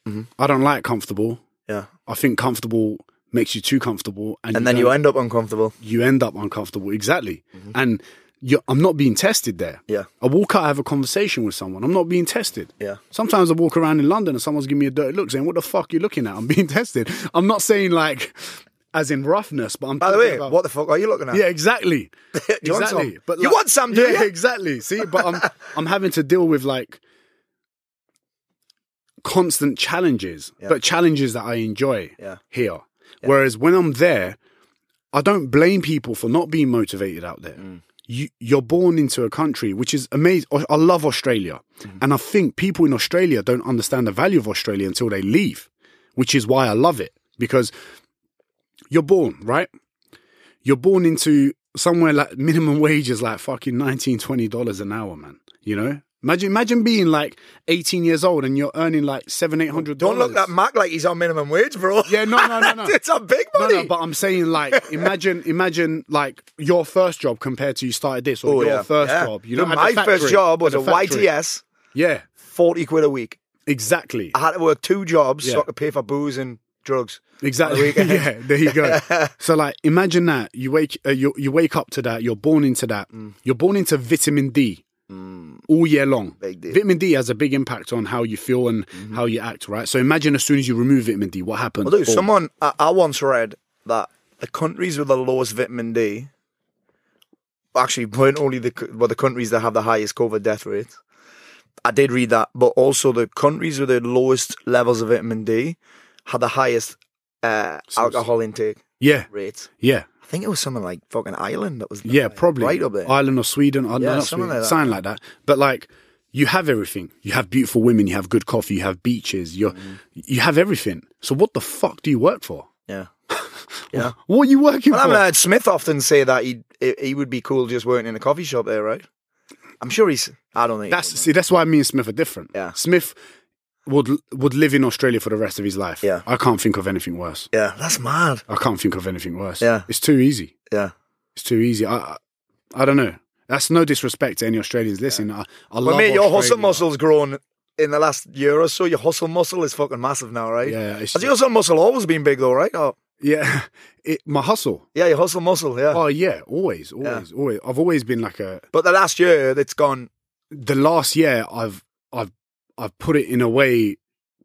S7: Mm-hmm.
S8: I don't like comfortable.
S7: Yeah.
S8: I think comfortable makes you too comfortable, and,
S7: And then
S8: don't-
S7: you end up uncomfortable.
S8: you end up uncomfortable. Exactly. And you're, I'm not being tested there.
S7: Mm-hmm. Yeah.
S8: I walk out, I have a conversation with someone. I'm not being tested.
S7: Yeah.
S8: Sometimes I walk around in London and someone's giving me a dirty look saying, What the fuck you looking at? I'm being tested. I'm not saying like as in roughness, but I'm
S7: By the
S8: talking
S7: way,
S8: about-
S7: what the fuck are you looking at?
S8: yeah, exactly.
S7: you want
S8: exactly.
S7: some? You want some, do
S8: yeah,
S7: you?
S8: exactly. See, but I'm I'm having to deal with like constant challenges, but challenges that I enjoy
S7: Yeah.
S8: here. Whereas when I'm there, I don't blame people for not being motivated out there.
S7: Mm.
S8: You, you're born into a country which is amazing. I love Australia,
S7: Mm-hmm.
S8: and I think people in Australia don't understand the value of Australia until they leave, which is why I love it because you're born right you're born into somewhere like minimum wage is like fucking 19 20 dollars an hour man you know imagine imagine being like 18 years old and you're earning like 7 800
S7: Don't look at Mac like he's on minimum wage, bro.
S8: yeah no no no no
S7: it's on big
S8: No,
S7: money.
S8: no, but I'm saying like imagine imagine like your first job compared to you started this or
S7: Oh,
S8: your
S7: yeah.
S8: first
S7: Yeah.
S8: job. You know,
S7: Dude,
S8: at the
S7: my
S8: factory,
S7: first job was a
S8: at the factory.
S7: YTS,
S8: Yeah,
S7: 40 quid a week.
S8: exactly,
S7: I had to work two jobs so
S8: Yeah.
S7: I could pay for booze and drugs.
S8: exactly.
S7: weekend.
S8: yeah, there you go. so like imagine that you wake uh, you you wake up to that. You're born into that.
S7: Mm.
S8: You're born into vitamin D. all year long.
S7: Big deal. Mm-hmm.
S8: Vitamin D has a big impact on how you feel and how you act, right? So imagine as soon as you remove vitamin D, what happens?
S7: Well, dude,
S8: Boom.
S7: someone, I, I once read that the countries with the lowest vitamin D actually weren't only the, c- well, the countries that have the highest COVID death rates. I did read that, but also the countries with the lowest levels of vitamin D had the highest uh, alcohol intake
S8: Yeah,
S7: rates.
S8: yeah,
S7: I think it was something like fucking Ireland that was
S8: yeah, probably
S7: right up there.
S8: Ireland or Sweden, I don't
S7: Yeah,
S8: know, not
S7: something
S8: Sweden,
S7: like that.
S8: something like that. But like, you have everything. You have beautiful women. You have good coffee. You have beaches. You are
S7: Mm-hmm.
S8: you have everything. So what the fuck do you work for?
S7: yeah, yeah.
S8: What are you working
S7: Well, I
S8: for?
S7: mean, I heard Smith often say that he he would be cool just working in a coffee shop there, right? I'm sure he's. I don't think
S8: That's see, that's why me and Smith are different.
S7: Yeah.
S8: Smith would would live in Australia for the rest of his life.
S7: Yeah.
S8: I can't think of anything worse.
S7: yeah, that's mad.
S8: I can't think of anything worse.
S7: Yeah.
S8: it's too easy.
S7: Yeah,
S8: It's too easy. I I, I don't know. That's no disrespect to any Australians listening. I, I
S7: but
S8: love
S7: mate, your hustle
S8: Australia.
S7: muscle's grown in the last year or so. Your hustle muscle is fucking massive now, right?
S8: Yeah, it's,
S7: Has your hustle muscle always been big though, right? Oh,
S8: yeah. It, my hustle.
S7: yeah, your hustle muscle, yeah.
S8: Oh yeah, always, always, always. I've always been like a.
S7: But the last year, it's gone.
S8: The last year, I've I've I've put it in a way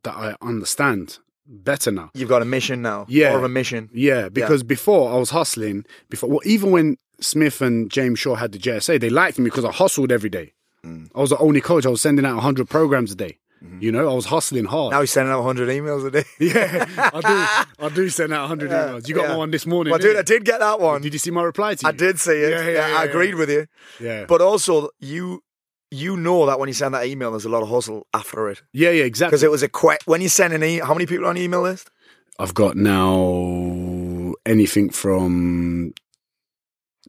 S8: that I understand better now.
S7: You've got a mission now.
S8: Yeah.
S7: more of a mission.
S8: Yeah, because before I was hustling. Before, well, even when Smith and James Shaw had the JSA, they liked me because I hustled every day.
S7: Mm.
S8: I was the only coach. I was sending out 100 programs a day. You know, I was hustling hard.
S7: Mm-hmm. Now he's sending out 100 emails a day.
S8: yeah, I do. I do send out 100 emails. You got
S7: Yeah.
S8: one this morning.
S7: Well, dude, I
S8: didn't
S7: did get that
S8: you?
S7: one.
S8: Did you see my reply to you?
S7: I did see it.
S8: Yeah, yeah, yeah,
S7: I
S8: yeah.
S7: agreed with you.
S8: Yeah,
S7: But also, you you know that when you send that email, there's a lot of hustle after it
S8: yeah, yeah, exactly.
S7: because it was a quick. When you send an email, how many people are on the email list?
S8: I've got now anything from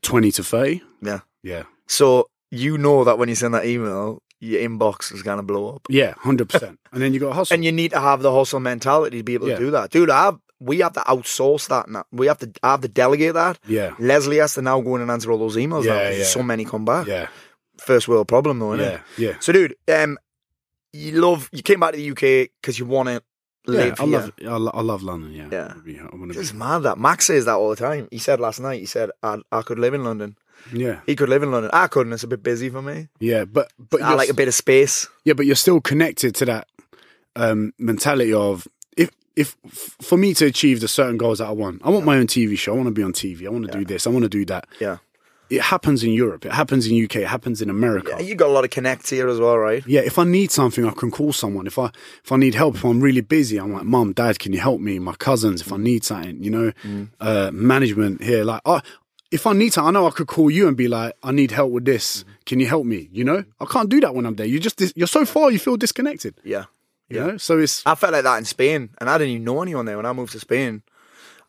S8: 20 to 30.
S7: Yeah.
S8: Yeah.
S7: So you know that when you send that email, your inbox is gonna blow up,
S8: Yeah, 100%. and then you got hustle.
S7: and you need to have the hustle mentality to be able
S8: Yeah.
S7: to do that, dude. I have, we have to outsource that now. We have to I have to delegate that.
S8: yeah.
S7: Leslie has to now go in and answer all those emails now.
S8: Yeah,
S7: 'cause
S8: yeah.
S7: So many come back.
S8: Yeah.
S7: First world problem though, isn't
S8: Yeah.
S7: it?
S8: Yeah.
S7: So, dude, um, you love you came back to the UK because you want it.
S8: Yeah,
S7: live
S8: I
S7: here.
S8: love I, lo- I love London. Yeah,
S7: Yeah.
S8: I wanna be- I wanna be-
S7: It's mad that Max says that all the time. He said last night. He said I, I could live in London.
S8: yeah,
S7: He could live in London. I couldn't. It's a bit busy for me.
S8: yeah. But but
S7: I
S8: you're,
S7: like a bit of space.
S8: yeah, but you're still connected to that um, mentality of if if f- for me to achieve the certain goals that I want, I want my own TV show. I want to be on TV. I want to do this. I want to do that.
S7: Yeah.
S8: It happens in Europe. It happens in UK. It happens in America. Yeah,
S7: You got a lot of connects here as well, right?
S8: if I need something, I can call someone. If I if I need help, if I'm really busy, I'm like, Mum, Dad, can you help me? My cousins, if I need something, you know,
S7: Mm.
S8: uh, management here, like, I, if I need to, I know I could call you and be like, I need help with this.
S7: Mm-hmm.
S8: Can you help me? You know, I can't do that when I'm there. You just dis- you're so far, you feel disconnected.
S7: Yeah.
S8: You know, so it's
S7: I felt like that in Spain, and I didn't even know anyone there when I moved to Spain.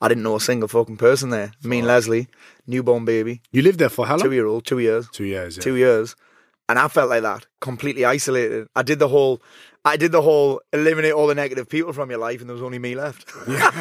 S7: I didn't know a single fucking person there. Me and Leslie, newborn baby,
S8: You lived there for how long?
S7: two year old, two years.
S8: Two years. Yeah.
S7: two years, and I felt like that, completely isolated. I did the whole, I did the whole eliminate all the negative people from your life, and there was only me left.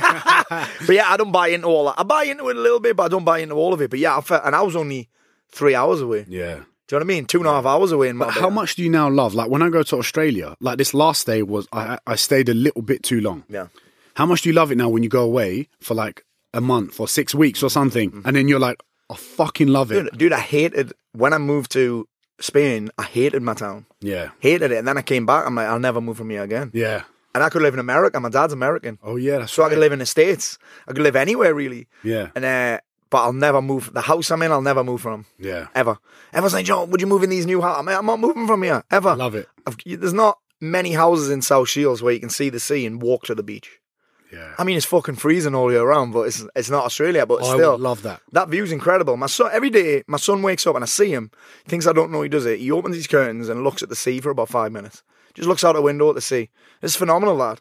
S7: but yeah, I don't buy into all that. I buy into it a little bit, but I don't buy into all of it. But yeah, I felt, and I was only three hours away.
S8: Yeah.
S7: Do you know what I mean? Two and a half hours away in my.
S8: But how much do you now love? Like when I go to Australia, like this last day was, I I stayed a little bit too long.
S7: Yeah.
S8: How much do you love it now when you go away for like a month or six weeks or something, and then you're like, I fucking love it.
S7: Mm-hmm. Dude, dude, I hated when I moved to Spain. I hated my town,
S8: Yeah.
S7: hated it, and then I came back. I'm like, I'll never move from here again.
S8: Yeah.
S7: And I could live in America. My dad's American.
S8: Oh yeah. That's
S7: So I
S8: right.
S7: could live in the States. I could live anywhere really.
S8: Yeah.
S7: And uh, but I'll never move the house I'm in, I'll never move from.
S8: Yeah.
S7: Ever. Everyone's like, John, would you move in these new houses? I'm, like, I'm not moving from here. Ever.
S8: Love it.
S7: I've, there's not many houses in South Shields where you can see the sea and walk to the beach.
S8: Yeah.
S7: I mean, it's fucking freezing all year round, but it's it's not Australia, but
S8: I would
S7: still.
S8: love that.
S7: That view's incredible. My son, every day, my son wakes up and I see him, thinks I don't know he does it. He opens his curtains and looks at the sea for about five minutes. Just looks out a window at the sea. It's phenomenal, lad.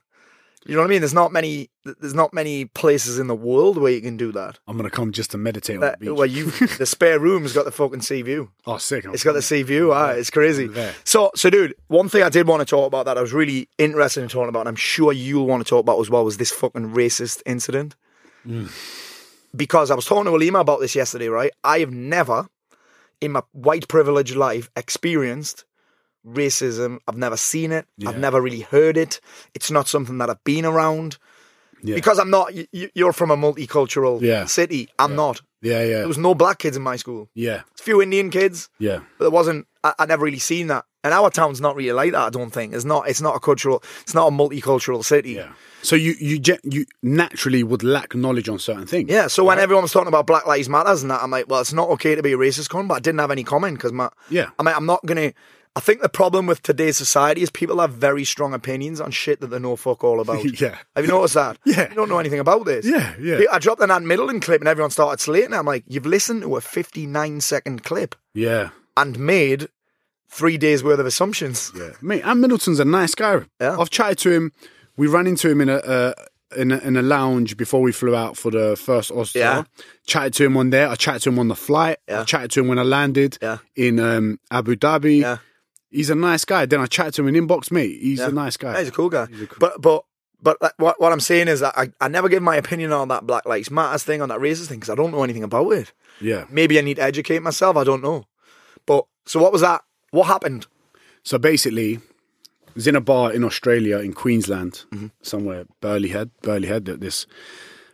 S7: You know what I mean? There's not many, there's not many places in the world where you can do that.
S8: I'm gonna come just to meditate on
S7: That-
S8: the beach.
S7: where you, the spare room's got the fucking sea view.
S8: oh, sick. I'm
S7: It's got the sea view. Ah, it's crazy.
S8: There.
S7: So, so, dude, one thing I did want to talk about that I was really interested in talking about, and I'm sure you'll want to talk about as well, was this fucking racist incident.
S8: Mm.
S7: Because I was talking to Alima about this yesterday, right? I have never, in my white privileged life, experienced racism. I've never seen it. I've never really heard it. It's not something that I've been around.
S8: Yeah.
S7: Because I'm not, y- y- you're from a multicultural
S8: Yeah.
S7: city. I'm not.
S8: Yeah.
S7: There
S8: Yeah.
S7: was no black kids in my school.
S8: Yeah.
S7: There's a few Indian kids
S8: Yeah.
S7: but there wasn't. I, I never really seen that, and our town's not really like that. I don't think it's not. It's not a cultural. It's not a multicultural city.
S8: Yeah. So you you gen- you naturally would lack knowledge on certain things.
S7: Yeah, so when everyone was talking about Black Lives Matters and that, I'm like, well, it's not okay to be a racist con, but I didn't have any comment because my
S8: Yeah.
S7: I mean, I'm not gonna. I think the problem with today's society is people have very strong opinions on shit that they know fuck all about.
S8: Yeah.
S7: Have you noticed that?
S8: Yeah.
S7: You don't know anything about this.
S8: Yeah, yeah.
S7: Pe- I dropped an Ann Middleton clip and everyone started slating. it. I'm like, you've listened to a 59 second clip
S8: Yeah.
S7: and made three days worth of assumptions.
S8: Yeah. Mate, Anne Middleton's a nice guy.
S7: Yeah.
S8: I've chatted to him. We ran into him in a, uh, in a in a lounge before we flew out for the first Oscar.
S7: Yeah.
S8: Chatted to him on there. I chatted to him on the flight. I
S7: Yeah.
S8: chatted to him when I landed
S7: Yeah.
S8: in um, Abu Dhabi.
S7: Yeah.
S8: He's a nice guy. Then I chatted to him in inbox, mate. He's
S7: Yeah.
S8: a nice guy.
S7: Yeah, He's a cool guy. But but but like, what what I'm saying is that I, I never give my opinion on that Black Lives Matters thing, on that racist thing, because I don't know anything about it.
S8: yeah.
S7: Maybe I need to educate myself. I don't know. But so what was that? What happened?
S8: So basically, I was in a bar in Australia, in Queensland,
S7: Mm-hmm.
S8: somewhere, Burley Head, Burley Head, at this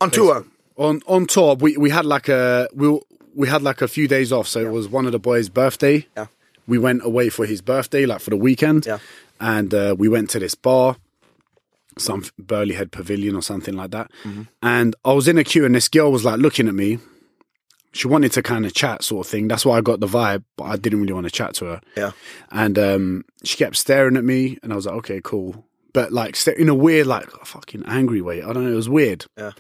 S7: On tour.
S8: on on tour we, we had like a we were- we had like a few days off so it was one of the boys birthday
S7: Yeah.
S8: we went away for his birthday like for the weekend
S7: Yeah.
S8: and uh, we went to this bar some burley head pavilion or something like that
S7: Mm-hmm.
S8: and i was in a queue and this girl was like looking at me she wanted to kind of chat sort of thing that's why i got the vibe but i didn't really want to chat to her
S7: Yeah.
S8: and um, she kept staring at me, and I was like, okay, cool. But like sta- in a weird, like fucking angry way. I don't know. It was weird.
S7: Yeah.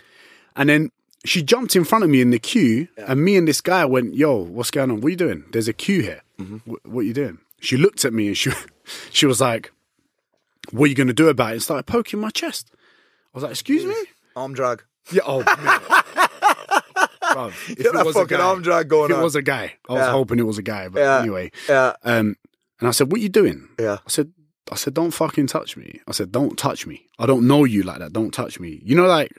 S8: And then she jumped in front of me in the queue, and me and this guy went, "Yo, what's going on? What are you doing? There's a queue here.
S7: Mm-hmm.
S8: Wh- what are you doing?" She looked at me and she, she was like, "What are you gonna do about it?" And started poking my chest. I was like, "Excuse me."
S7: Arm drag.
S8: Yeah. Oh. mate. Bruv, if it
S7: that
S8: was a
S7: fucking
S8: guy-
S7: arm drag going
S8: if
S7: on.
S8: It was a guy. I was
S7: Yeah.
S8: hoping it was a guy, but
S7: Yeah.
S8: anyway.
S7: Yeah.
S8: Um, and I said, "What you doing?"
S7: Yeah.
S8: I said, "I said, don't fucking touch me." I said, "Don't touch me. I don't know you like that. Don't touch me." You know, like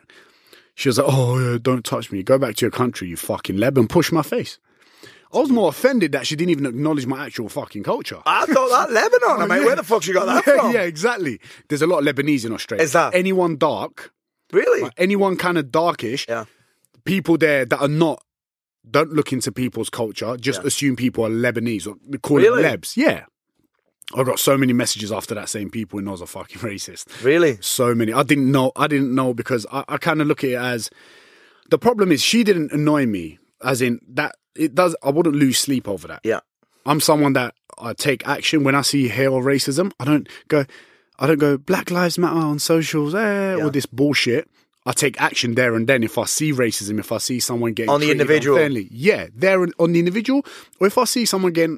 S8: she was like, "Oh, yeah, don't touch me. Go back to your country, you fucking leb," and push my face. I was more offended that she didn't even acknowledge my actual fucking culture.
S7: I thought that Lebanon. I'm like, Ah, where the fuck you got that
S8: yeah,
S7: from?
S8: yeah, exactly. There's a lot of Lebanese in Australia.
S7: Is that-
S8: anyone dark?
S7: Really?
S8: Like, anyone kind of darkish?
S7: Yeah.
S8: People there that are not don't look into people's culture. Just assume people are Lebanese or they call
S7: Really?
S8: it Lebs. Yeah. I got so many messages after that saying people in Oz are fucking racist.
S7: Really?
S8: So many. I didn't know. I didn't know because I, I kind of look at it as the problem is she didn't annoy me. As in that it does. I wouldn't lose sleep over that.
S7: Yeah.
S8: I'm someone that I take action when I see hail racism. I don't go, I don't go Black Lives Matter on socials, eh, all this bullshit. I take action there and then if I see racism, if I see someone getting
S7: On the
S8: treated
S7: individual.
S8: unfairly, yeah, there and- on the individual, or if I see someone getting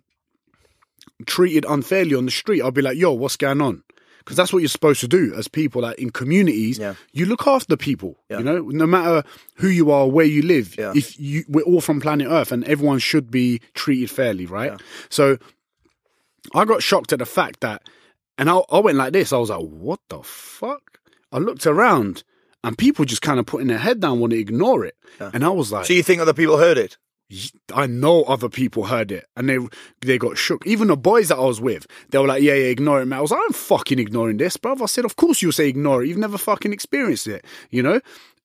S8: treated unfairly on the street, I'll be like, yo, what's going on? Because that's what you're supposed to do as people, like in communities.
S7: Yeah.
S8: You look after people, you know, no matter who you are, where you live.
S7: Yeah.
S8: If you, we're all from planet Earth, and everyone should be treated fairly, right? So, I got shocked at the fact that, and I, I went like this. I was like, "What the fuck?" I looked around, and people just kind of putting their head down, want to ignore it, and I was like,
S7: So you think other people heard it?
S8: I know other people heard it and they they got shook. Even the boys that I was with, they were like, "Yeah, yeah, ignore it, man." I was like, "I'm fucking ignoring this, bruv." I said, "Of course you'll say ignore it. You've never fucking experienced it, you know."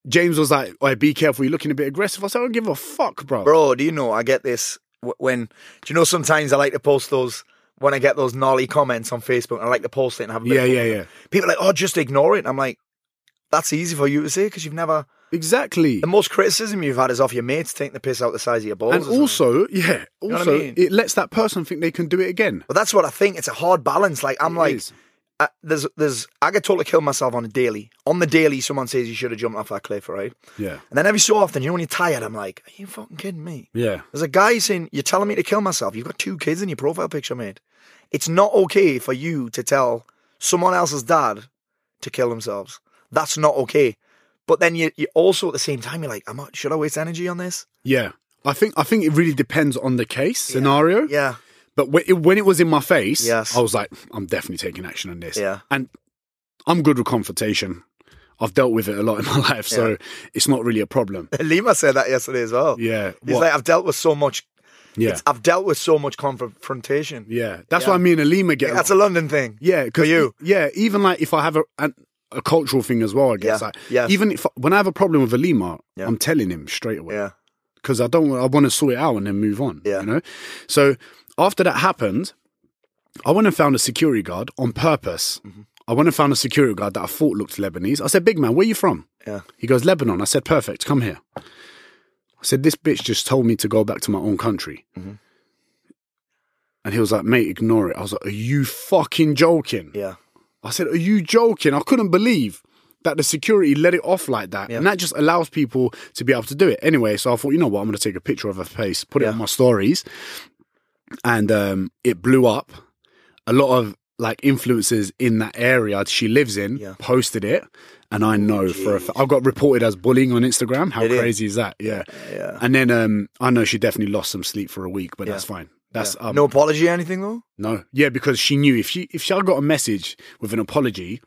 S8: James was like, "Oh, be careful. You're looking a bit aggressive." I said, "I don't give a fuck, bro."
S7: Bro, do you know I get this w- when do you know sometimes I like to post those when I get those gnarly comments on Facebook and I like to post it and have a bit
S8: yeah,
S7: of fun
S8: yeah,
S7: with it.
S8: yeah.
S7: People are like, oh, just ignore it. I'm like, that's easy for you to say because you've never.
S8: Exactly.
S7: The most criticism you've had is off your mates taking the piss out the size of your balls.
S8: And
S7: or something.
S8: also, yeah,
S7: know what I
S8: also
S7: mean?
S8: it lets that person think they can do it again.
S7: But that's what I think. It's a hard balance. Like I'm
S8: It
S7: like,
S8: is.
S7: uh, there's there's I get told to kill myself on a daily. On the daily, someone says you should have jumped off that cliff, right?
S8: Yeah.
S7: And then every so often, you know, when you're tired, I'm like, are you fucking kidding me?
S8: Yeah.
S7: There's a guy saying you're telling me to kill myself. You've got two kids in your profile picture, mate. It's not okay for you to tell someone else's dad to kill themselves. That's not okay. But then you, you also at the same time you're like, am I, should I waste energy on this?
S8: Yeah. I think I think it really depends on the case scenario.
S7: Yeah,
S8: But when it, when it was in my face,
S7: Yes.
S8: I was like, I'm definitely taking action on this.
S7: Yeah.
S8: And I'm good with confrontation. I've dealt with it a lot in my life, so it's not really a problem.
S7: Lima said that yesterday as well.
S8: Yeah.
S7: he's
S8: what-
S7: like, I've dealt with so much.
S8: yeah.
S7: It's, I've dealt with so much confrontation.
S8: yeah. That's why me and Alima get
S7: That's a
S8: along.
S7: London thing.
S8: Yeah, e-,
S7: for you.
S8: Yeah, even like if I have a an, a cultural thing as well, I guess.
S7: Yeah,
S8: Like,
S7: yeah.
S8: Even if when I have a problem with Alima,
S7: Yeah.
S8: I'm telling him straight away.
S7: Yeah,
S8: because I don't. I want to sort it out and then move on.
S7: Yeah.
S8: You know. So after that happened, I went and found a security guard on purpose.
S7: Mm-hmm.
S8: I went and found a security guard that I thought looked Lebanese. I said, "Big man, where you from?"
S7: yeah,
S8: He goes, "Lebanon." I said, "Perfect. Come here." I
S7: Mm-hmm.
S8: said, "This bitch just told me to go back to my own country." And he was like, mate, ignore it. I was like, are you fucking joking?
S7: Yeah.
S8: I said, Are you joking? I couldn't believe that the security let it off like that. And that just allows people to be able to do it. Anyway, so I thought, you know what? I'm going to take a picture of her face, put it on my stories. And um, it blew up. A lot of like influencers in that area she lives in posted it. And I know for a fact, I got reported as bullying on Instagram. How crazy is that? Yeah. yeah. And then um, I know she definitely lost some sleep for a week, but that's fine. That's um,
S7: No apology or anything though.
S8: no, yeah, because she knew if she if she had got a message with an apology,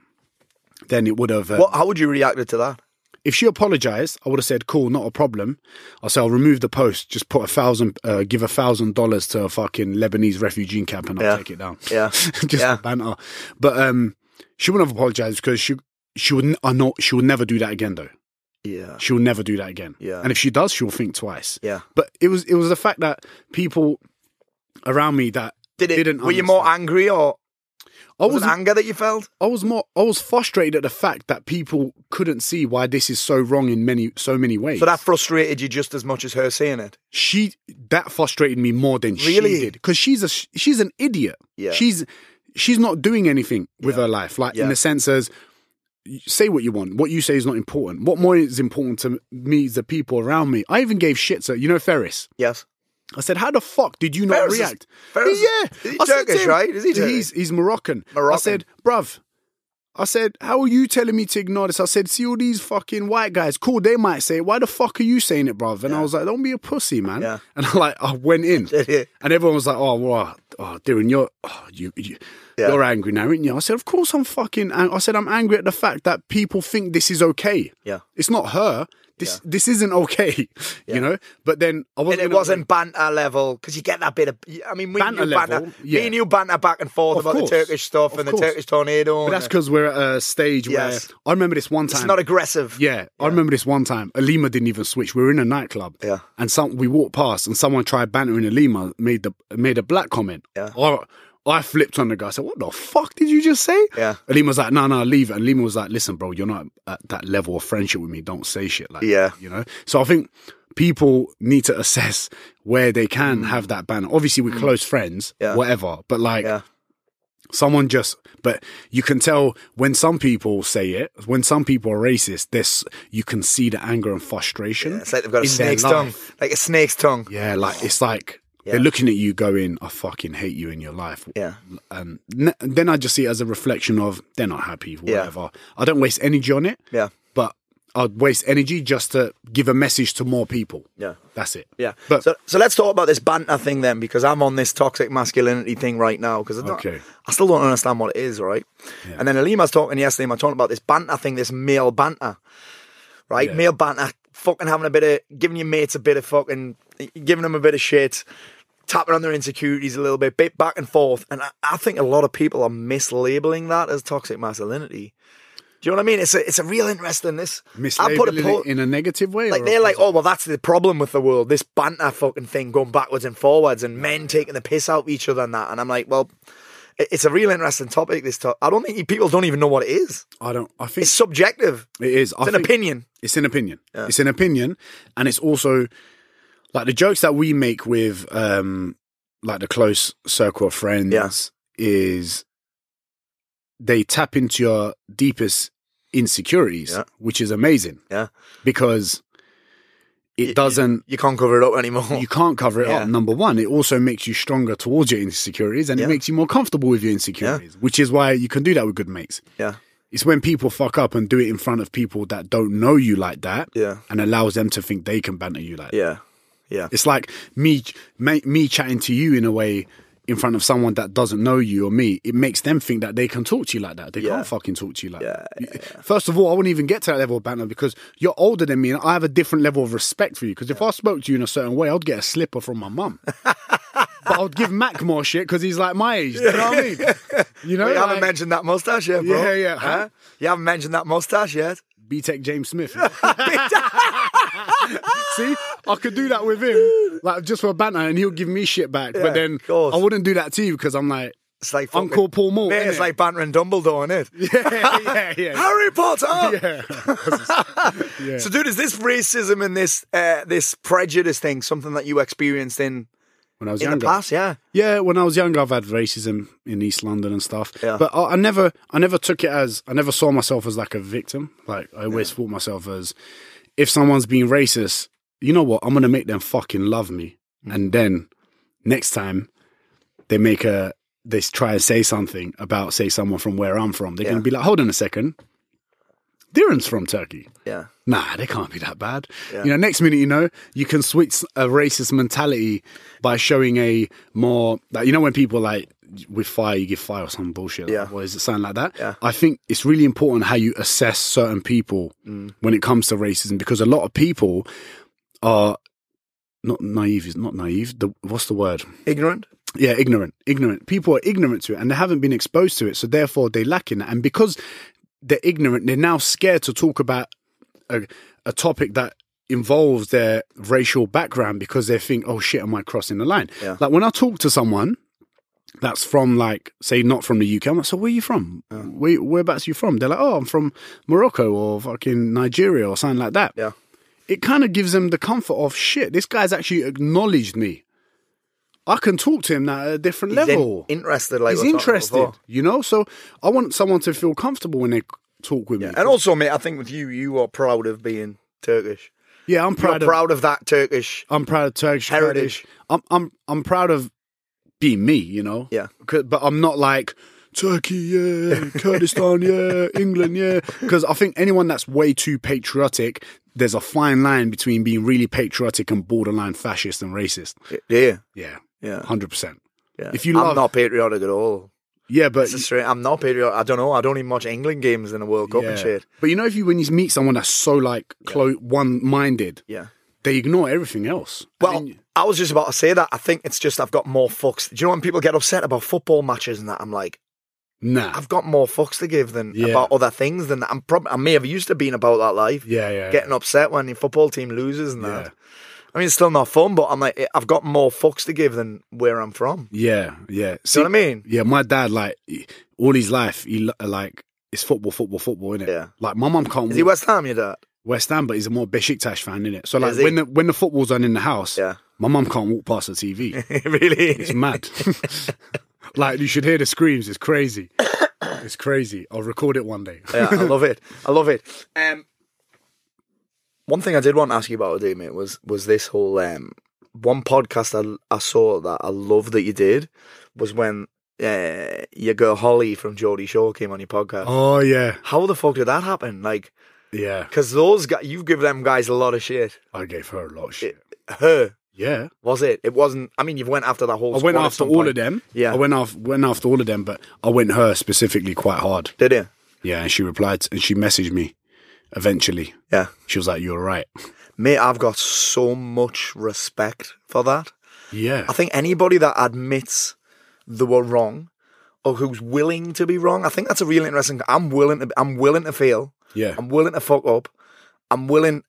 S8: then it would have. Uh,
S7: What? How would you react to that?
S8: If she apologized, I would have said, "Cool, not a problem." I say, "I'll remove the post. Just put a thousand, uh, give a thousand dollars to a fucking Lebanese refugee camp, and I'll
S7: Yeah.
S8: take it down."
S7: Yeah.
S8: just
S7: Yeah.
S8: banter. But um, she wouldn't have apologized because she she would I know she will never do that again though.
S7: Yeah.
S8: She'll never do that again.
S7: Yeah.
S8: And if she does, she'll think twice.
S7: Yeah.
S8: But it was it was the fact that people around me that
S7: Did it?
S8: didn't
S7: were you more
S8: understand.
S7: angry or
S8: I
S7: was it
S8: wasn't-
S7: anger that you felt?
S8: I was more I was frustrated at the fact that people couldn't see why this is so wrong in many so many ways.
S7: So that frustrated you just as much as her saying it.
S8: she that frustrated me more than
S7: Really?
S8: she did because she's a she's an idiot.
S7: Yeah.
S8: She's she's not doing anything with her life like
S7: Yeah.
S8: in the sense as say what you want. What you say is not important. What more is important to me is the people around me. I even gave shit to you know Ferris.
S7: Yes.
S8: I said, "How the fuck did you not
S7: Ferris is-
S8: react?"
S7: Ferris is-
S8: yeah,
S7: is he
S8: I said to
S7: Turkish,
S8: him-
S7: right? Is he Turkish?
S8: He's he's Moroccan. I
S7: Moroccan.
S8: said, "Bruv," I said, "How are you telling me to ignore this?" I said, "See all these fucking white guys. Cool, they might say, it. why the fuck are you saying it, bruv?" And I was like, "Don't be a pussy, man."
S7: Yeah.
S8: And I like I went in,
S7: Yeah.
S8: and everyone was like, "Oh, wow, oh, Darren, you're oh, you." you
S7: Yeah.
S8: You're angry now, aren't you? I said, of course I'm fucking. Ang-. I said, I'm angry at the fact that people think this is okay.
S7: Yeah.
S8: it's not her. This this isn't okay, you know. But then I
S7: And
S8: wasn't.
S7: it
S8: gonna-
S7: wasn't banter level because you get that bit of. I mean, we banter
S8: Banter
S7: knew banter,
S8: level, yeah.
S7: me and you banter back and forth
S8: Of
S7: about
S8: course.
S7: the Turkish stuff
S8: Of
S7: and
S8: course.
S7: the Turkish tornado.
S8: But
S7: and
S8: that's
S7: the-
S8: because we're at a stage
S7: Yes.
S8: where I remember this one time.
S7: it's not aggressive.
S8: yeah, I remember this one time. Alima didn't even switch. We were in a nightclub.
S7: Yeah.
S8: And some we walked past and someone tried bantering Alima, made the made a black comment.
S7: Yeah.
S8: I, I flipped on the guy. I said, "What the fuck did you just say?"
S7: Yeah.
S8: Alima was like, "No, no, leave it." And Alima was like, "Listen, bro, you're not at that level of friendship with me. Don't say shit like
S7: Yeah.
S8: that, you know." So I think people need to assess where they can have that banner. Obviously, we're close friends,
S7: Mm. Yeah.
S8: whatever. But like,
S7: Yeah.
S8: someone just but you can tell when some people say it when some people are racist this you can see the anger and frustration
S7: It's like they've got a
S8: in their
S7: snake's
S8: life.
S7: tongue. Like a snake's tongue.
S8: yeah like it's like
S7: Yeah.
S8: they're looking at you going i fucking hate you in your life
S7: Yeah.
S8: and n- then i just see it as a reflection of they're not happy whatever i don't waste energy on it
S7: Yeah.
S8: but i'd waste energy just to give a message to more people
S7: Yeah.
S8: that's it
S7: Yeah.
S8: but
S7: so, so let's talk about this banter thing then, because I'm on this toxic masculinity thing right now because I, don't-
S8: Okay.
S7: I still don't understand what it is, all right? And then Alima's talking yesterday, and I'm talking about this banter thing, this male banter, right? Male banter, fucking having a bit of, giving your mates a bit of fucking, giving them a bit of shit, tapping on their insecurities a little bit, bit back and forth. And I, I think a lot of people are mislabeling that as toxic masculinity. Do you know what I mean? It's a, it's a real interest in this. I put a
S8: mislabeling
S7: po-
S8: it in a negative way
S7: like
S8: or a
S7: they're like,
S8: positive-
S7: oh well, that's the problem with the world. This banter fucking thing going backwards and forwards, and men taking the piss out of each other and that. And I'm like, well, it- it's a real interesting topic. This top, I don't think people don't even know what it is.
S8: i don't i think
S7: oh, It's subjective.
S8: it is
S7: It's an opinion.
S8: It's an opinion. It's an opinion, and it's also like the jokes that we make with um like the close circle of friends
S7: Yeah.
S8: is they tap into your deepest insecurities,
S7: Yeah.
S8: which is amazing.
S7: Yeah.
S8: Because it
S7: You-
S8: doesn't
S7: You can't cover it up anymore.
S8: you can't cover it
S7: Yeah.
S8: up. Number one, it also makes you stronger towards your insecurities, and
S7: Yeah.
S8: it makes you more comfortable with your insecurities, which is why you can do that with good mates.
S7: yeah,
S8: It's when people fuck up and do it in front of people that don't know you like that,
S7: Yeah.
S8: and allows them to think they can banter you like. that.
S7: yeah, yeah,
S8: It's like me, me, me chatting to you in a way in front of someone that doesn't know you or me. It makes them think that they can talk to you like that. They
S7: Yeah.
S8: can't fucking talk to you like
S7: Yeah,
S8: that. You- First of all, I wouldn't even get to that level of banter because you're older than me, and I have a different level of respect for you. Because if I spoke to you in a certain way, I'd get a slipper from my mum. But I'd give Mac more shit because he's like my age. Do you know what I mean? You know,
S7: You haven't
S8: like-
S7: mentioned that mustache yet, bro.
S8: Yeah, yeah.
S7: Huh? You haven't mentioned that mustache yet.
S8: B Tech James Smith. See, I could do that with him, like just for a banter, and he'll give me shit back.
S7: Yeah,
S8: but then
S7: of course.
S8: I wouldn't do that to you because I'm like,
S7: It's like fucking,
S8: Uncle Paul Mort.
S7: Mate, it's
S8: innit?
S7: like bantering Dumbledore, is it?
S8: yeah, yeah, yeah.
S7: Harry Potter.
S8: yeah.
S7: So, dude, is this racism and this uh, this prejudice thing something that you experienced in
S8: when I was
S7: in
S8: younger.
S7: the past, yeah.
S8: Yeah, when I was younger, I've had racism in East London and stuff.
S7: Yeah.
S8: But I, I never, I never took it as, I never saw myself as like a victim. Like I always thought myself as, if someone's being racist, you know what? I'm gonna make them fucking love me, and then next time they make a, they s- try and say something about say someone from where I'm from, they're gonna be like, hold on a second, Darren's from Turkey
S7: Yeah.
S8: nah, they can't be that bad. You know, next minute, you know, you can switch a racist mentality by showing a more, like, you know, when people like with fire, you give fire or some bullshit.
S7: Yeah.
S8: What is it sound like that? Yeah. I think it's really important how you assess certain people when it comes to racism because a lot of people are not naive, is not naive. The, what's the word?
S7: Ignorant.
S8: Yeah, ignorant, ignorant. People are ignorant to it, and they haven't been exposed to it, so therefore they lack in that. And because they're ignorant, they're now scared to talk about a, a topic that involves their racial background because they think, "Oh shit, am I crossing the line?"
S7: Yeah.
S8: Like when I talk to someone that's from, like, say, not from the UK, I'm like, "So where you from? Where, whereabouts you from?" They're like, "Oh, I'm from Morocco or fucking Nigeria or something like that."
S7: Yeah.
S8: It kind of gives them the comfort of shit. This guy's actually acknowledged me. I can talk to him now at a different
S7: He's in-
S8: level.
S7: interested, like
S8: he's
S7: we were talking
S8: interested,
S7: before.
S8: you know. So I want someone to feel comfortable when they talk with me.
S7: And also, mate, I think with you, you are proud of being Turkish.
S8: yeah, I'm
S7: Proud
S8: proud. Of,
S7: proud of that Turkish.
S8: I'm proud of Turkish
S7: Heritage.
S8: Kurdish. I'm I'm I'm proud of being me, you know.
S7: Yeah.
S8: 'Cause- But I'm not like Turkey, yeah, Kurdistan, yeah, England, yeah. Because I think anyone that's way too patriotic, there's a fine line between being really patriotic and borderline fascist and racist.
S7: Yeah.
S8: Yeah,
S7: Yeah.
S8: hundred percent.
S7: yeah.
S8: If you
S7: I'm
S8: love-
S7: not patriotic at all.
S8: Yeah, but
S7: It's a straight, I'm not patriotic. I don't know. I don't even watch England games in the World Cup and
S8: Yeah.
S7: shit.
S8: But you know, if you when you meet someone that's so like clo- one-minded,
S7: Yeah.
S8: they ignore everything else. I
S7: Well, I,
S8: mean,
S7: was just about to say that. I think it's just I've got more fucks. Do you know when people get upset about football matches and that? I'm like,
S8: nah.
S7: I've got more fucks to give than
S8: Yeah.
S7: about other things than that. I'm probably I may have used to being about that life.
S8: Yeah, yeah.
S7: Getting upset when your football team loses and
S8: Yeah.
S7: that. I mean, it's still not fun, but I'm like, eh, I've got more fucks to give than where I'm from.
S8: yeah, yeah.
S7: Do
S8: See,
S7: you know what I mean?
S8: Yeah, my dad like he- all his life he lo- like it's football, football, football, innit?
S7: Yeah.
S8: Like my mum can't
S7: Is he
S8: walk
S7: West Ham, your dad?
S8: West Ham, but he's a more Besiktas fan, innit? So like
S7: Is he?
S8: when the when the football's on in the house,
S7: Yeah.
S8: my mum can't walk past the TV. It's
S7: really?
S8: mad. like you should hear the screams. It's crazy. It's crazy. I'll record it one day.
S7: yeah, I love it. I love it. Um, one thing I did want to ask you about today, mate, was was this whole um, one podcast I, I saw that I love that you did was when uh, your girl Holly from Geordie Shore came on your podcast.
S8: Oh yeah,
S7: How the fuck did that happen? Like,
S8: yeah.
S7: because those guys, you give them guys a lot of shit.
S8: I gave her a lot of shit.
S7: Her
S8: Yeah.
S7: was it? It wasn't. I mean, you've went after that whole.
S8: I went
S7: squad at
S8: after
S7: some
S8: all
S7: point.
S8: of them.
S7: Yeah.
S8: I went off went after all of them, but I went her specifically quite hard.
S7: Did you?
S8: Yeah, and she replied and she messaged me eventually.
S7: Yeah,
S8: She was like, You're right.
S7: mate. I've got so much respect for that.
S8: Yeah.
S7: I think anybody that admits they were wrong or who's willing to be wrong, I think that's a really interesting. I'm willing to. I'm willing to fail.
S8: yeah.
S7: I'm willing to fuck up. I'm willing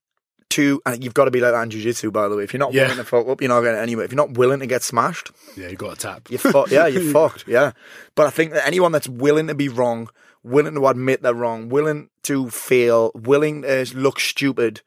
S7: to. And you've got to be like that in jiu-jitsu, by the way. If you're not
S8: Yeah.
S7: willing to fuck up, you're not going to anyway. If you're not willing to get smashed,
S8: yeah, you got a tap.
S7: you fuck. Yeah, you're fucked. Yeah. But I think that anyone that's willing to be wrong, willing to admit they're wrong, willing to fail, willing to look stupid,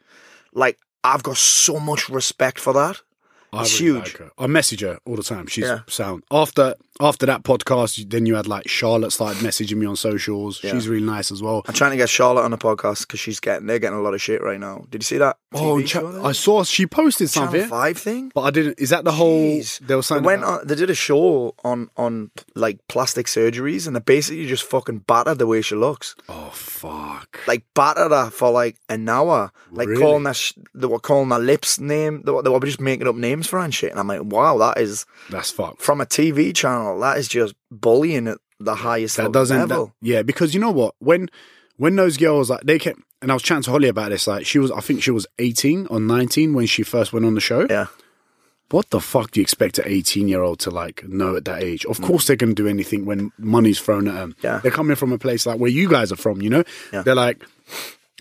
S7: like I've got so much respect for that.
S8: I
S7: It's
S8: really
S7: huge.
S8: like her. I message her all the time. She's
S7: Yeah.
S8: sound. After after that podcast, you- then you had like Charlotte started messaging me on socials. She's really nice as well.
S7: I'm trying to get Charlotte on the podcast because she's getting they're getting a lot of shit right now. Did you see that?
S8: Oh,
S7: TV
S8: cha-
S7: show there?
S8: I saw she posted
S7: Channel
S8: something,
S7: Five thing.
S8: but I didn't. Is that the whole?
S7: Jeez.
S8: They were
S7: They
S8: saying
S7: went
S8: about-
S7: on, they did a show on on like plastic surgeries, and they basically just fucking battered the way she looks.
S8: Oh fuck!
S7: Like battered her for like an hour. Like
S8: Really?
S7: calling her, sh- they were calling her lips name. They were, they were just making up names for her and shit. And I'm like, wow, that is
S8: That's fucked.
S7: from a TV channel. That is just bullying at the highest
S8: that
S7: fucking
S8: doesn't that-
S7: level.
S8: yeah because you know what when when those girls like they came and i was chatting to holly about this like she was i think she was 18 or 19 when she first went on the show
S7: Yeah.
S8: what the fuck do you expect an 18 year old to like know at that age of course they're going to do anything when money's thrown at them
S7: Mm. Yeah.
S8: they're coming from a place like where you guys are from you know they're like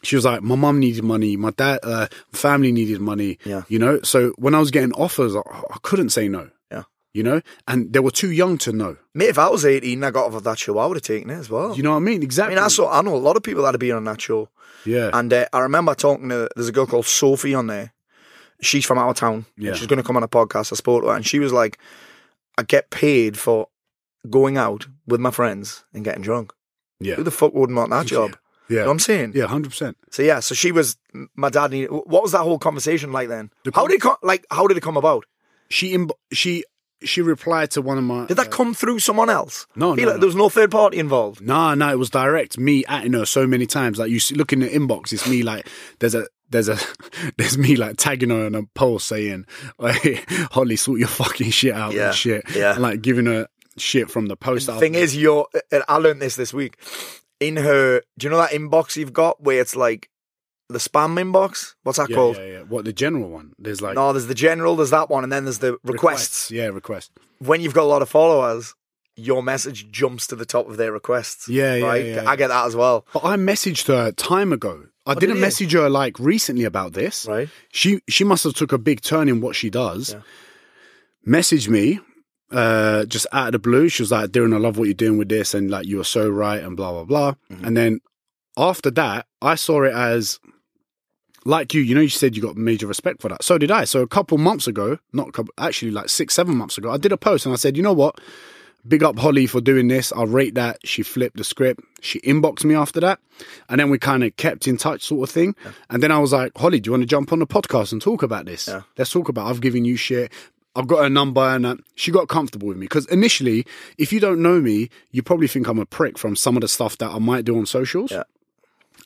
S8: she was like, my mum needed money, my dad, uh, family needed money,
S7: Yeah.
S8: you know. So when I was getting offers, I, I couldn't say no,
S7: Yeah.
S8: you know. And they were too young to know.
S7: Mate, if I was 18 and I got off of that show, I would have taken it as well.
S8: You know what I mean?
S7: Oh. I
S8: Exactly.
S7: mean, I saw I know a lot of people that have been on that show,
S8: yeah,
S7: and uh, I remember talking to there's a girl called Sophie on there. she's from our town. and
S8: Yeah.
S7: She's going to come on a podcast. I spoke to her and she was like, I get paid for going out with my friends and getting drunk.
S8: Yeah.
S7: Who the fuck wouldn't want that job?
S8: Yeah.
S7: You know what I'm saying?
S8: Yeah, 100%.
S7: So yeah, so she was my dad needed what was that whole conversation like then?
S8: The
S7: how
S8: con-
S7: did it co- like how did it come about?
S8: She imb- she she replied to one of my uh,
S7: Did that come through someone else?
S8: No,
S7: Be
S8: no,
S7: like,
S8: no.
S7: There was no third party involved.
S8: Nah, nah, it was direct. Me atting her so many times. Like you see, look in the inbox, it's me like there's a there's a there's me like tagging her in a post saying, "Hey, Holly, sort your fucking shit out
S7: Yeah,
S8: and shit."
S7: yeah.
S8: And like giving her shit from the post. that I-
S7: Thing is, you're. and I learned this this week. In her, do you know that inbox you've got where it's like the spam inbox? What's that
S8: yeah,
S7: called?
S8: yeah, yeah. What the general one? There's like
S7: No, there's the general, there's that one, and then there's the requests.
S8: Yeah, requests.
S7: When you've got a lot of followers, your message jumps to the top of their requests.
S8: Yeah, yeah,
S7: right.
S8: yeah.
S7: I get that as well.
S8: But I messaged her time ago. I
S7: did
S8: didn't
S7: you?
S8: message her like recently about this.
S7: Right.
S8: She she must have took a big turn in what she does. Message me, uh, just out of the blue. She was like, "Darren, I love what you're doing with this, and like you're so right, and blah blah blah." And then after that, I saw it as like you, you know, you said you got major respect for that. So did I. So a couple months ago, not a couple, actually like six, seven months ago, I did a post and I said, you know what? Big up Holly for doing this. I'll rate that. She flipped the script. She inboxed me after that. And then we kind of kept in touch, sort of thing. And then I was like, Holly, do you want to jump on the podcast and talk about this? Let's talk about I've given you shit. I've got her number and uh, she got comfortable with me. Because initially, if you don't know me, you probably think I'm a prick from some of the stuff that I might do on socials.
S7: Yeah.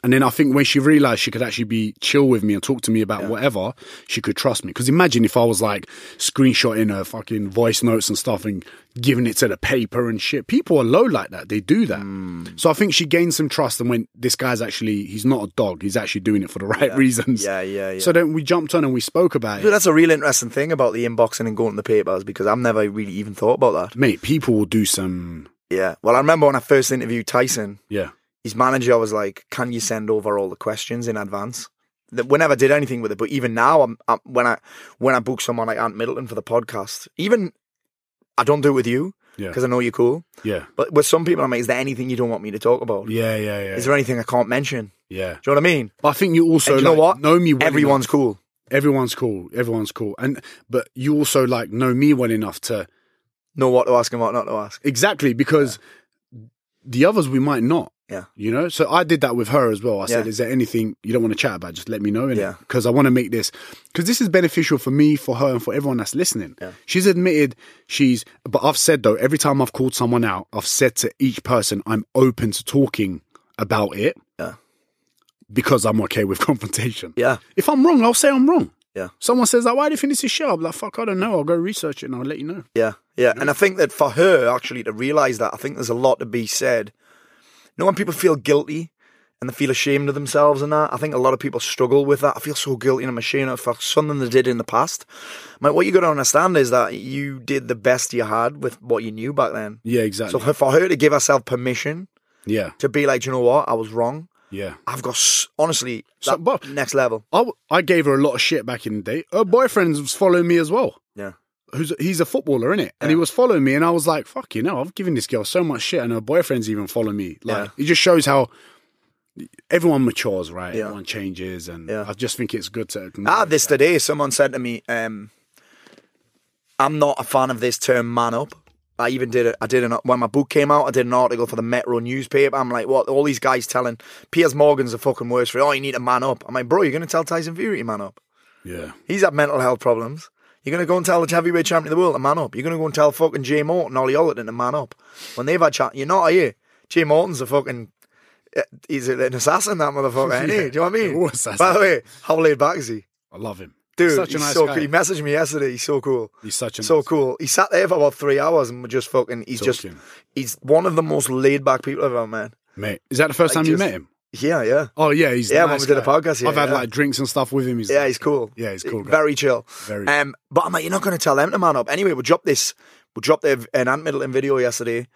S8: And then I think when she realized she could actually be chill with me and talk to me about whatever, she could trust me. Because imagine if I was like screenshotting her fucking voice notes and stuff and giving it to the paper and shit. People are low like that. They do that.
S7: Hmm.
S8: So I think she gained some trust and went, this guy's actually, he's not a dog. He's actually doing it for the right reasons.
S7: Yeah, yeah, yeah.
S8: So then we jumped on and we spoke about
S7: Dude,
S8: it.
S7: that's a real interesting thing about the inboxing and going to the papers because I've never really even thought about that.
S8: Mate, people will do some,
S7: Yeah. Well, I remember when I first interviewed Tyson,
S8: yeah.
S7: his manager was like, "Can you send over all the questions in advance?" That we never did anything with it, but even now, I'm, i when I when I book someone like Aunt Middleton for the podcast, even I don't do it with you
S8: Yeah.
S7: because I know you're cool.
S8: Yeah.
S7: But with some people, I'm like, "Is there anything you don't want me to talk about?
S8: Yeah, yeah, yeah.
S7: Is there anything I can't mention?"
S8: yeah.
S7: Do you know what I mean?
S8: But I think you also
S7: and you know
S8: like,
S7: what?
S8: know me well
S7: Everyone's
S8: enough.
S7: cool.
S8: everyone's cool everyone's cool and but you also like know me well enough to
S7: Know what to ask and what not to ask.
S8: exactly because the others we might not
S7: Yeah.
S8: you know so i did that with her as well i said
S7: Yeah.
S8: is there anything you don't want to chat about just let me know
S7: Yeah.
S8: because i want to make this because this is beneficial for me for her and for everyone that's listening she's admitted she's but i've said though every time i've called someone out i've said to each person i'm open to talking about it
S7: Yeah.
S8: because i'm okay with confrontation
S7: Yeah.
S8: if i'm wrong i'll say i'm wrong
S7: Yeah.
S8: Someone says like, "Why do you think this is shit?" I'm like, "Fuck, I don't know. I'll go research it and I'll let you know."
S7: Yeah, yeah. And I think that for her, actually, to realise that, I think there's a lot to be said. You know, when people feel guilty and they feel ashamed of themselves and that, I think a lot of people struggle with that. I feel so guilty and I'm ashamed of something they did in the past. Like, what you got to understand is that you did the best you had with what you knew back then.
S8: Yeah, exactly.
S7: So her- for her to give herself permission
S8: yeah,
S7: to be like, "Do you know what? I was wrong.
S8: yeah.
S7: I've got, s- honestly,
S8: So,
S7: that
S8: but-
S7: next level.
S8: I, w- I gave her a lot of shit back in the day. Her boyfriend was following me as well.
S7: Yeah.
S8: Who's he's a footballer, innit? And he was following me, and I was like, "Fuck, you know, I've given this girl so much shit, and her boyfriend's even following me." Like, it just shows how everyone matures, right?
S7: Yeah.
S8: Everyone changes, and
S7: Yeah. Ah,
S8: I just think it's good to.
S7: I had this today. Someone said to me, um, "I'm not a fan of this term man up." I even did it. I did an when my book came out. I did an article for the Metro newspaper. I'm like, what? All these guys telling Piers Morgan's the fucking worst for it. Oh, you need a man up. I'm like, bro, you're gonna tell Tyson Fury to man up.
S8: Yeah,
S7: He's had mental health problems. You're gonna go and tell the heavyweight champion of the world to man up. You're gonna go and tell fucking Jay Morton, Ollie Ollerton to man up when they've had chat. You're not, are you? Jay Morton's a fucking. uh, He's an assassin, that motherfucker. ain't he? Do you know what I mean?
S8: What assassin?
S7: By the way, how laid back is he?
S8: I love him.
S7: Dude,
S8: he's such a
S7: he's
S8: nice
S7: so
S8: guy.
S7: cool. He messaged me yesterday. He's so cool.
S8: He's such a
S7: so
S8: nice guy.
S7: cool. He sat there for about three hours and was just fucking. He's
S8: Talking.
S7: just. He's one of the most laid back people I've ever met.
S8: Mate, is that the first
S7: Like,
S8: time you
S7: just-
S8: met him?
S7: Yeah, yeah,
S8: Oh yeah, he's a
S7: Yeah, when
S8: Nice
S7: we did the
S8: guy.
S7: podcast, yeah,
S8: I've had
S7: yeah.
S8: like drinks and stuff with him. He's
S7: yeah. He's cool.
S8: Yeah, he's cool. guy.
S7: Very chill.
S8: Very.
S7: Um, but I'm like, you're not going to tell them to man up. Anyway, we dropped this. We dropped the, an Ant Middleton video yesterday,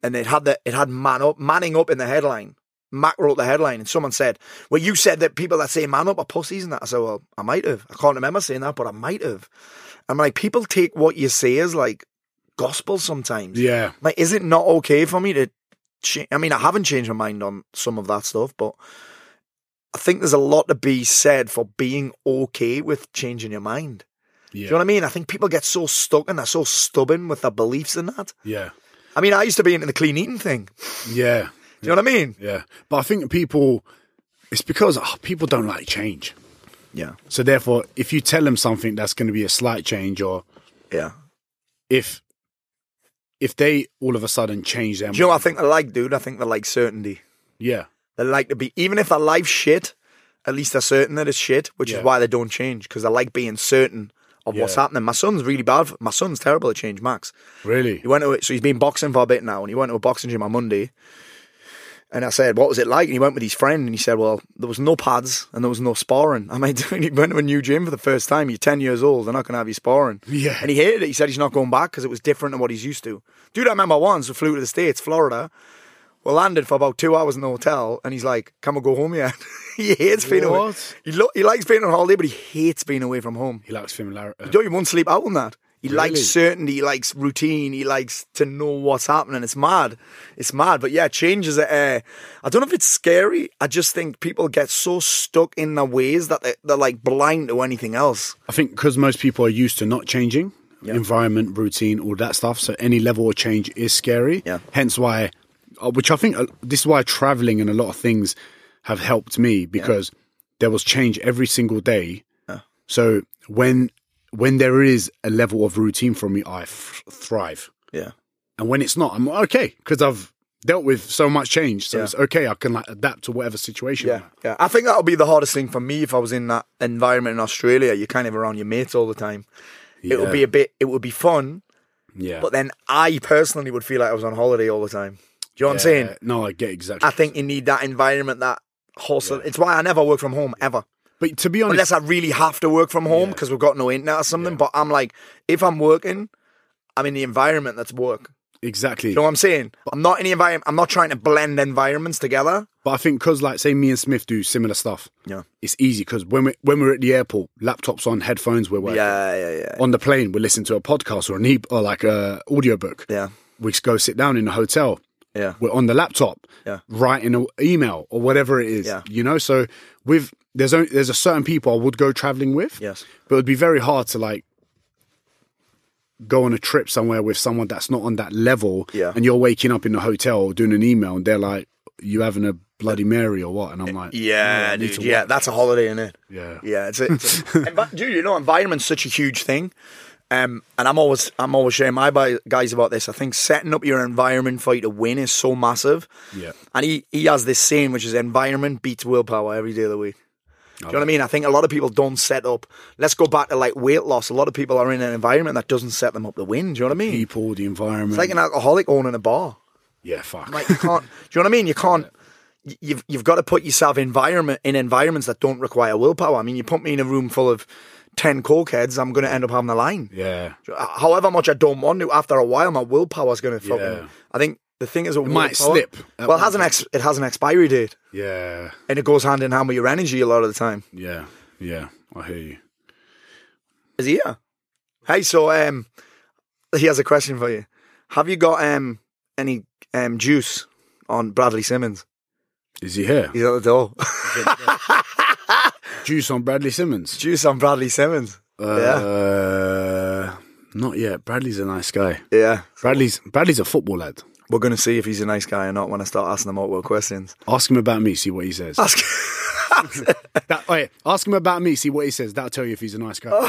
S7: and it had the it had man up, manning up in the headline. Mac wrote the headline, and someone said, "Well, you said that people that say man up are pussies and that." I said, "Well, I might have. I can't remember saying that, but I might have." I'm like, people take what you say as like gospel sometimes.
S8: yeah,
S7: Like, is it not okay for me to? Cha- I mean, I haven't changed my mind on some of that stuff, but I think there's a lot to be said for being okay with changing your mind. Do you know what I mean? I think people get so stuck and they're so stubborn with their beliefs and that.
S8: Yeah.
S7: I mean, I used to be into the clean eating thing.
S8: Yeah.
S7: Do you know what I mean?
S8: Yeah. But I think people, it's because ah, people don't like change.
S7: Yeah.
S8: So therefore, if you tell them something that's going to be a slight change, or
S7: Yeah.
S8: if if they all of a sudden change their
S7: Do you know what I think they like, dude? I think they like certainty.
S8: yeah,
S7: They like to be, even if their life's shit, at least they're certain that it's shit, which
S8: Yeah.
S7: is why they don't change because they like being certain of what's
S8: Yeah.
S7: happening. My son's really bad. For, my son's terrible at change, Max.
S8: really,
S7: He went to so he's been boxing for a bit now, and he went to a boxing gym on Monday. And I said, "What was it like?" And he went with his friend, and he said, "Well, there was no pads and there was no sparring." I mean, dude, he went to a new gym for the first time. You're ten years old; they're not going to have you sparring.
S8: Yeah.
S7: And he hated it. He said he's not going back because it was different than what he's used to. Dude, I remember once we flew to the states, Florida. We landed for about two hours in the hotel, and he's like, "Can we go home yet?" he hates being away.
S8: What?
S7: He, lo- he likes being on holiday, but he hates being away from home.
S8: he likes familiarity.
S7: You don't even want to sleep out on that. He likes
S8: Really?
S7: certainty, he likes routine, he likes to know what's happening. It's mad. It's mad. But yeah, changes are uh, I don't know if it's scary. I just think people get so stuck in their ways that they, they're like blind to anything else.
S8: I think because most people are used to not changing environment, routine, all that stuff. So any level of change is scary.
S7: Yeah.
S8: Hence why, uh, which I think uh, this is why traveling and a lot of things have helped me because there was change every single day. So when when there is a level of routine for me, I f- thrive.
S7: Yeah.
S8: And when it's not, I'm okay because I've dealt with so much change. So
S7: Yeah.
S8: it's okay. I can like adapt to whatever situation. I'm
S7: Yeah.
S8: at.
S7: Yeah. I think that'll be the hardest thing for me if I was in that environment in Australia. You're kind of around your mates all the time. It would
S8: Yeah.
S7: be a bit it would be fun,
S8: Yeah.
S7: but then I personally would feel like I was on holiday all the time. Do you know what I'm saying?
S8: Yeah. No, I get exactly.
S7: I think you need that environment, that hustle. It's why I never work from home ever,
S8: but to be honest,
S7: unless I really have to work from home because we've got no internet or something. But I'm like, if I'm working, I'm in the environment that's work.
S8: exactly.
S7: You know what I'm saying? I'm not in the environment. I'm not trying to blend environments together.
S8: But I think because, like, say me and Smith do similar stuff.
S7: Yeah.
S8: It's easy because when we when we're at the airport, laptops on, headphones, we're working.
S7: Yeah, yeah, yeah,
S8: On the plane, we listen to a podcast or an e- or like a audiobook.
S7: yeah,
S8: We go sit down in a hotel.
S7: yeah.
S8: We're on the laptop,
S7: Yeah.
S8: writing an email or whatever it is.
S7: Yeah.
S8: You know, so with there's only, there's a certain people I would go traveling with.
S7: Yes.
S8: But it'd be very hard to like go on a trip somewhere with someone that's not on that level.
S7: Yeah.
S8: And you're waking up in a hotel or doing an email and they're like, You having a bloody Mary or what? And I'm like,
S7: Yeah,
S8: "No, I need
S7: dude.
S8: to
S7: Yeah,
S8: work."
S7: that's a holiday, isn't it?
S8: Yeah.
S7: Yeah, it's it. dude, you know, environment's such a huge thing. Um, and I'm always I'm always sharing my bu- guys about this. I think setting up your environment for you to win is so massive.
S8: Yeah.
S7: And he, he has this saying which is environment beats willpower every day of the week. Do you know what I mean? I think a lot of people don't set up. Let's go back to like weight loss. A lot of people are in an environment that doesn't set them up to win. Do you know what I mean?
S8: People, the environment.
S7: It's like an alcoholic owning a bar.
S8: yeah, fuck.
S7: Like you can't. do you know what I mean? You can't. y- You've you've got to put yourself environment in environments that don't require willpower. I mean, you put me in a room full of ten cokeheads, I'm going to end up having a line.
S8: yeah.
S7: H- However much I don't want to, after a while, my willpower's going to fucking.
S8: Yeah.
S7: I think the thing is, it
S8: might slip at
S7: Well,
S8: one
S7: it has an ex- it has an expiry date,
S8: Yeah.
S7: and it goes hand in hand with your energy a lot of the time.
S8: Yeah. Yeah. I hear you.
S7: Is he here? Hey, so um, he has a question for you. Have you got um any um juice on Bradley Simmons?
S8: Is he here?
S7: He's at the door.
S8: Juice on Bradley Simmons.
S7: juice on Bradley Simmons.
S8: Uh, not yet. Bradley's a nice guy.
S7: yeah. Yeah.
S8: Bradley's Bradley's a football lad.
S7: We're going to see if he's a nice guy or not when I start asking him awkward questions.
S8: Ask him about me, see what he says.
S7: Ask-
S8: That, wait, ask him about me, see what he says. That'll tell you if he's a nice guy.
S7: Oh.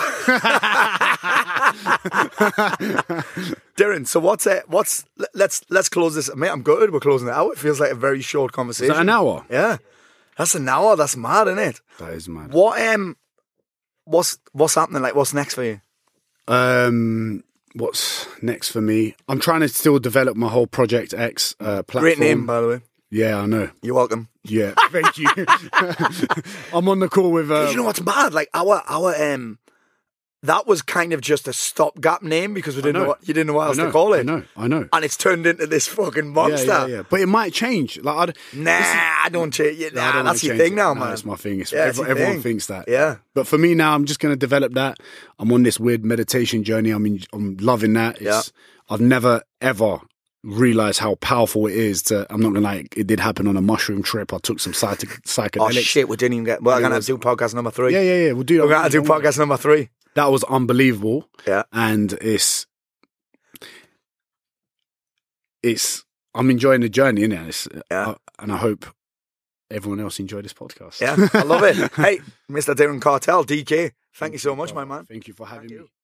S7: Darren, so what's it? What's le- let's let's close this. Mate, I'm good. We're closing it out. It feels like a very short
S8: Is
S7: conversation.
S8: that an hour?
S7: Yeah. That's an hour. That's mad, isn't it?
S8: That is mad.
S7: What um what's what's happening? Like what's next for you?
S8: Um, what's next for me? I'm trying to still develop my whole Project X uh, platform.
S7: Great name, by the way.
S8: Yeah, I know.
S7: You're welcome.
S8: Yeah, thank you. I'm on the call with. Uh,
S7: you know what's mad? Like our our um that was kind of just a stopgap name because we didn't know.
S8: know.
S7: what you didn't know what
S8: I
S7: else
S8: know,
S7: to call it.
S8: I know. I know.
S7: And it's turned into this fucking
S8: yeah,
S7: monster.
S8: yeah, yeah. But it might change. Like, I'd,
S7: Nah, I don't change it.
S8: No,
S7: Nah,
S8: I don't
S7: that's
S8: wanna
S7: your
S8: change
S7: thing
S8: it.
S7: now,
S8: No,
S7: man.
S8: That's my thing. It's,
S7: Yeah, it's
S8: every-
S7: your
S8: everyone
S7: thing.
S8: thinks that.
S7: Yeah.
S8: But for me now, I'm just going to develop that. I'm on this weird meditation journey. I mean, I'm loving that. It's, I've never ever realize how powerful it is to i'm not gonna like it did happen on a mushroom trip i took some psych- psychedelics
S7: Oh shit, we didn't even get. We're gonna have
S8: was-
S7: to do podcast number three.
S8: yeah yeah yeah we'll do that
S7: We're gonna have to do podcast number three.
S8: that was unbelievable
S7: Yeah.
S8: and it's it's I'm enjoying the journey, innit? It's,
S7: Yeah.
S8: uh, and I hope everyone else enjoyed this podcast.
S7: Yeah, I love it. Hey, Mr. Darren Cartel, DK, thank you so much, my man.
S8: Oh. Thank you for having
S7: Thank
S8: me.
S7: you.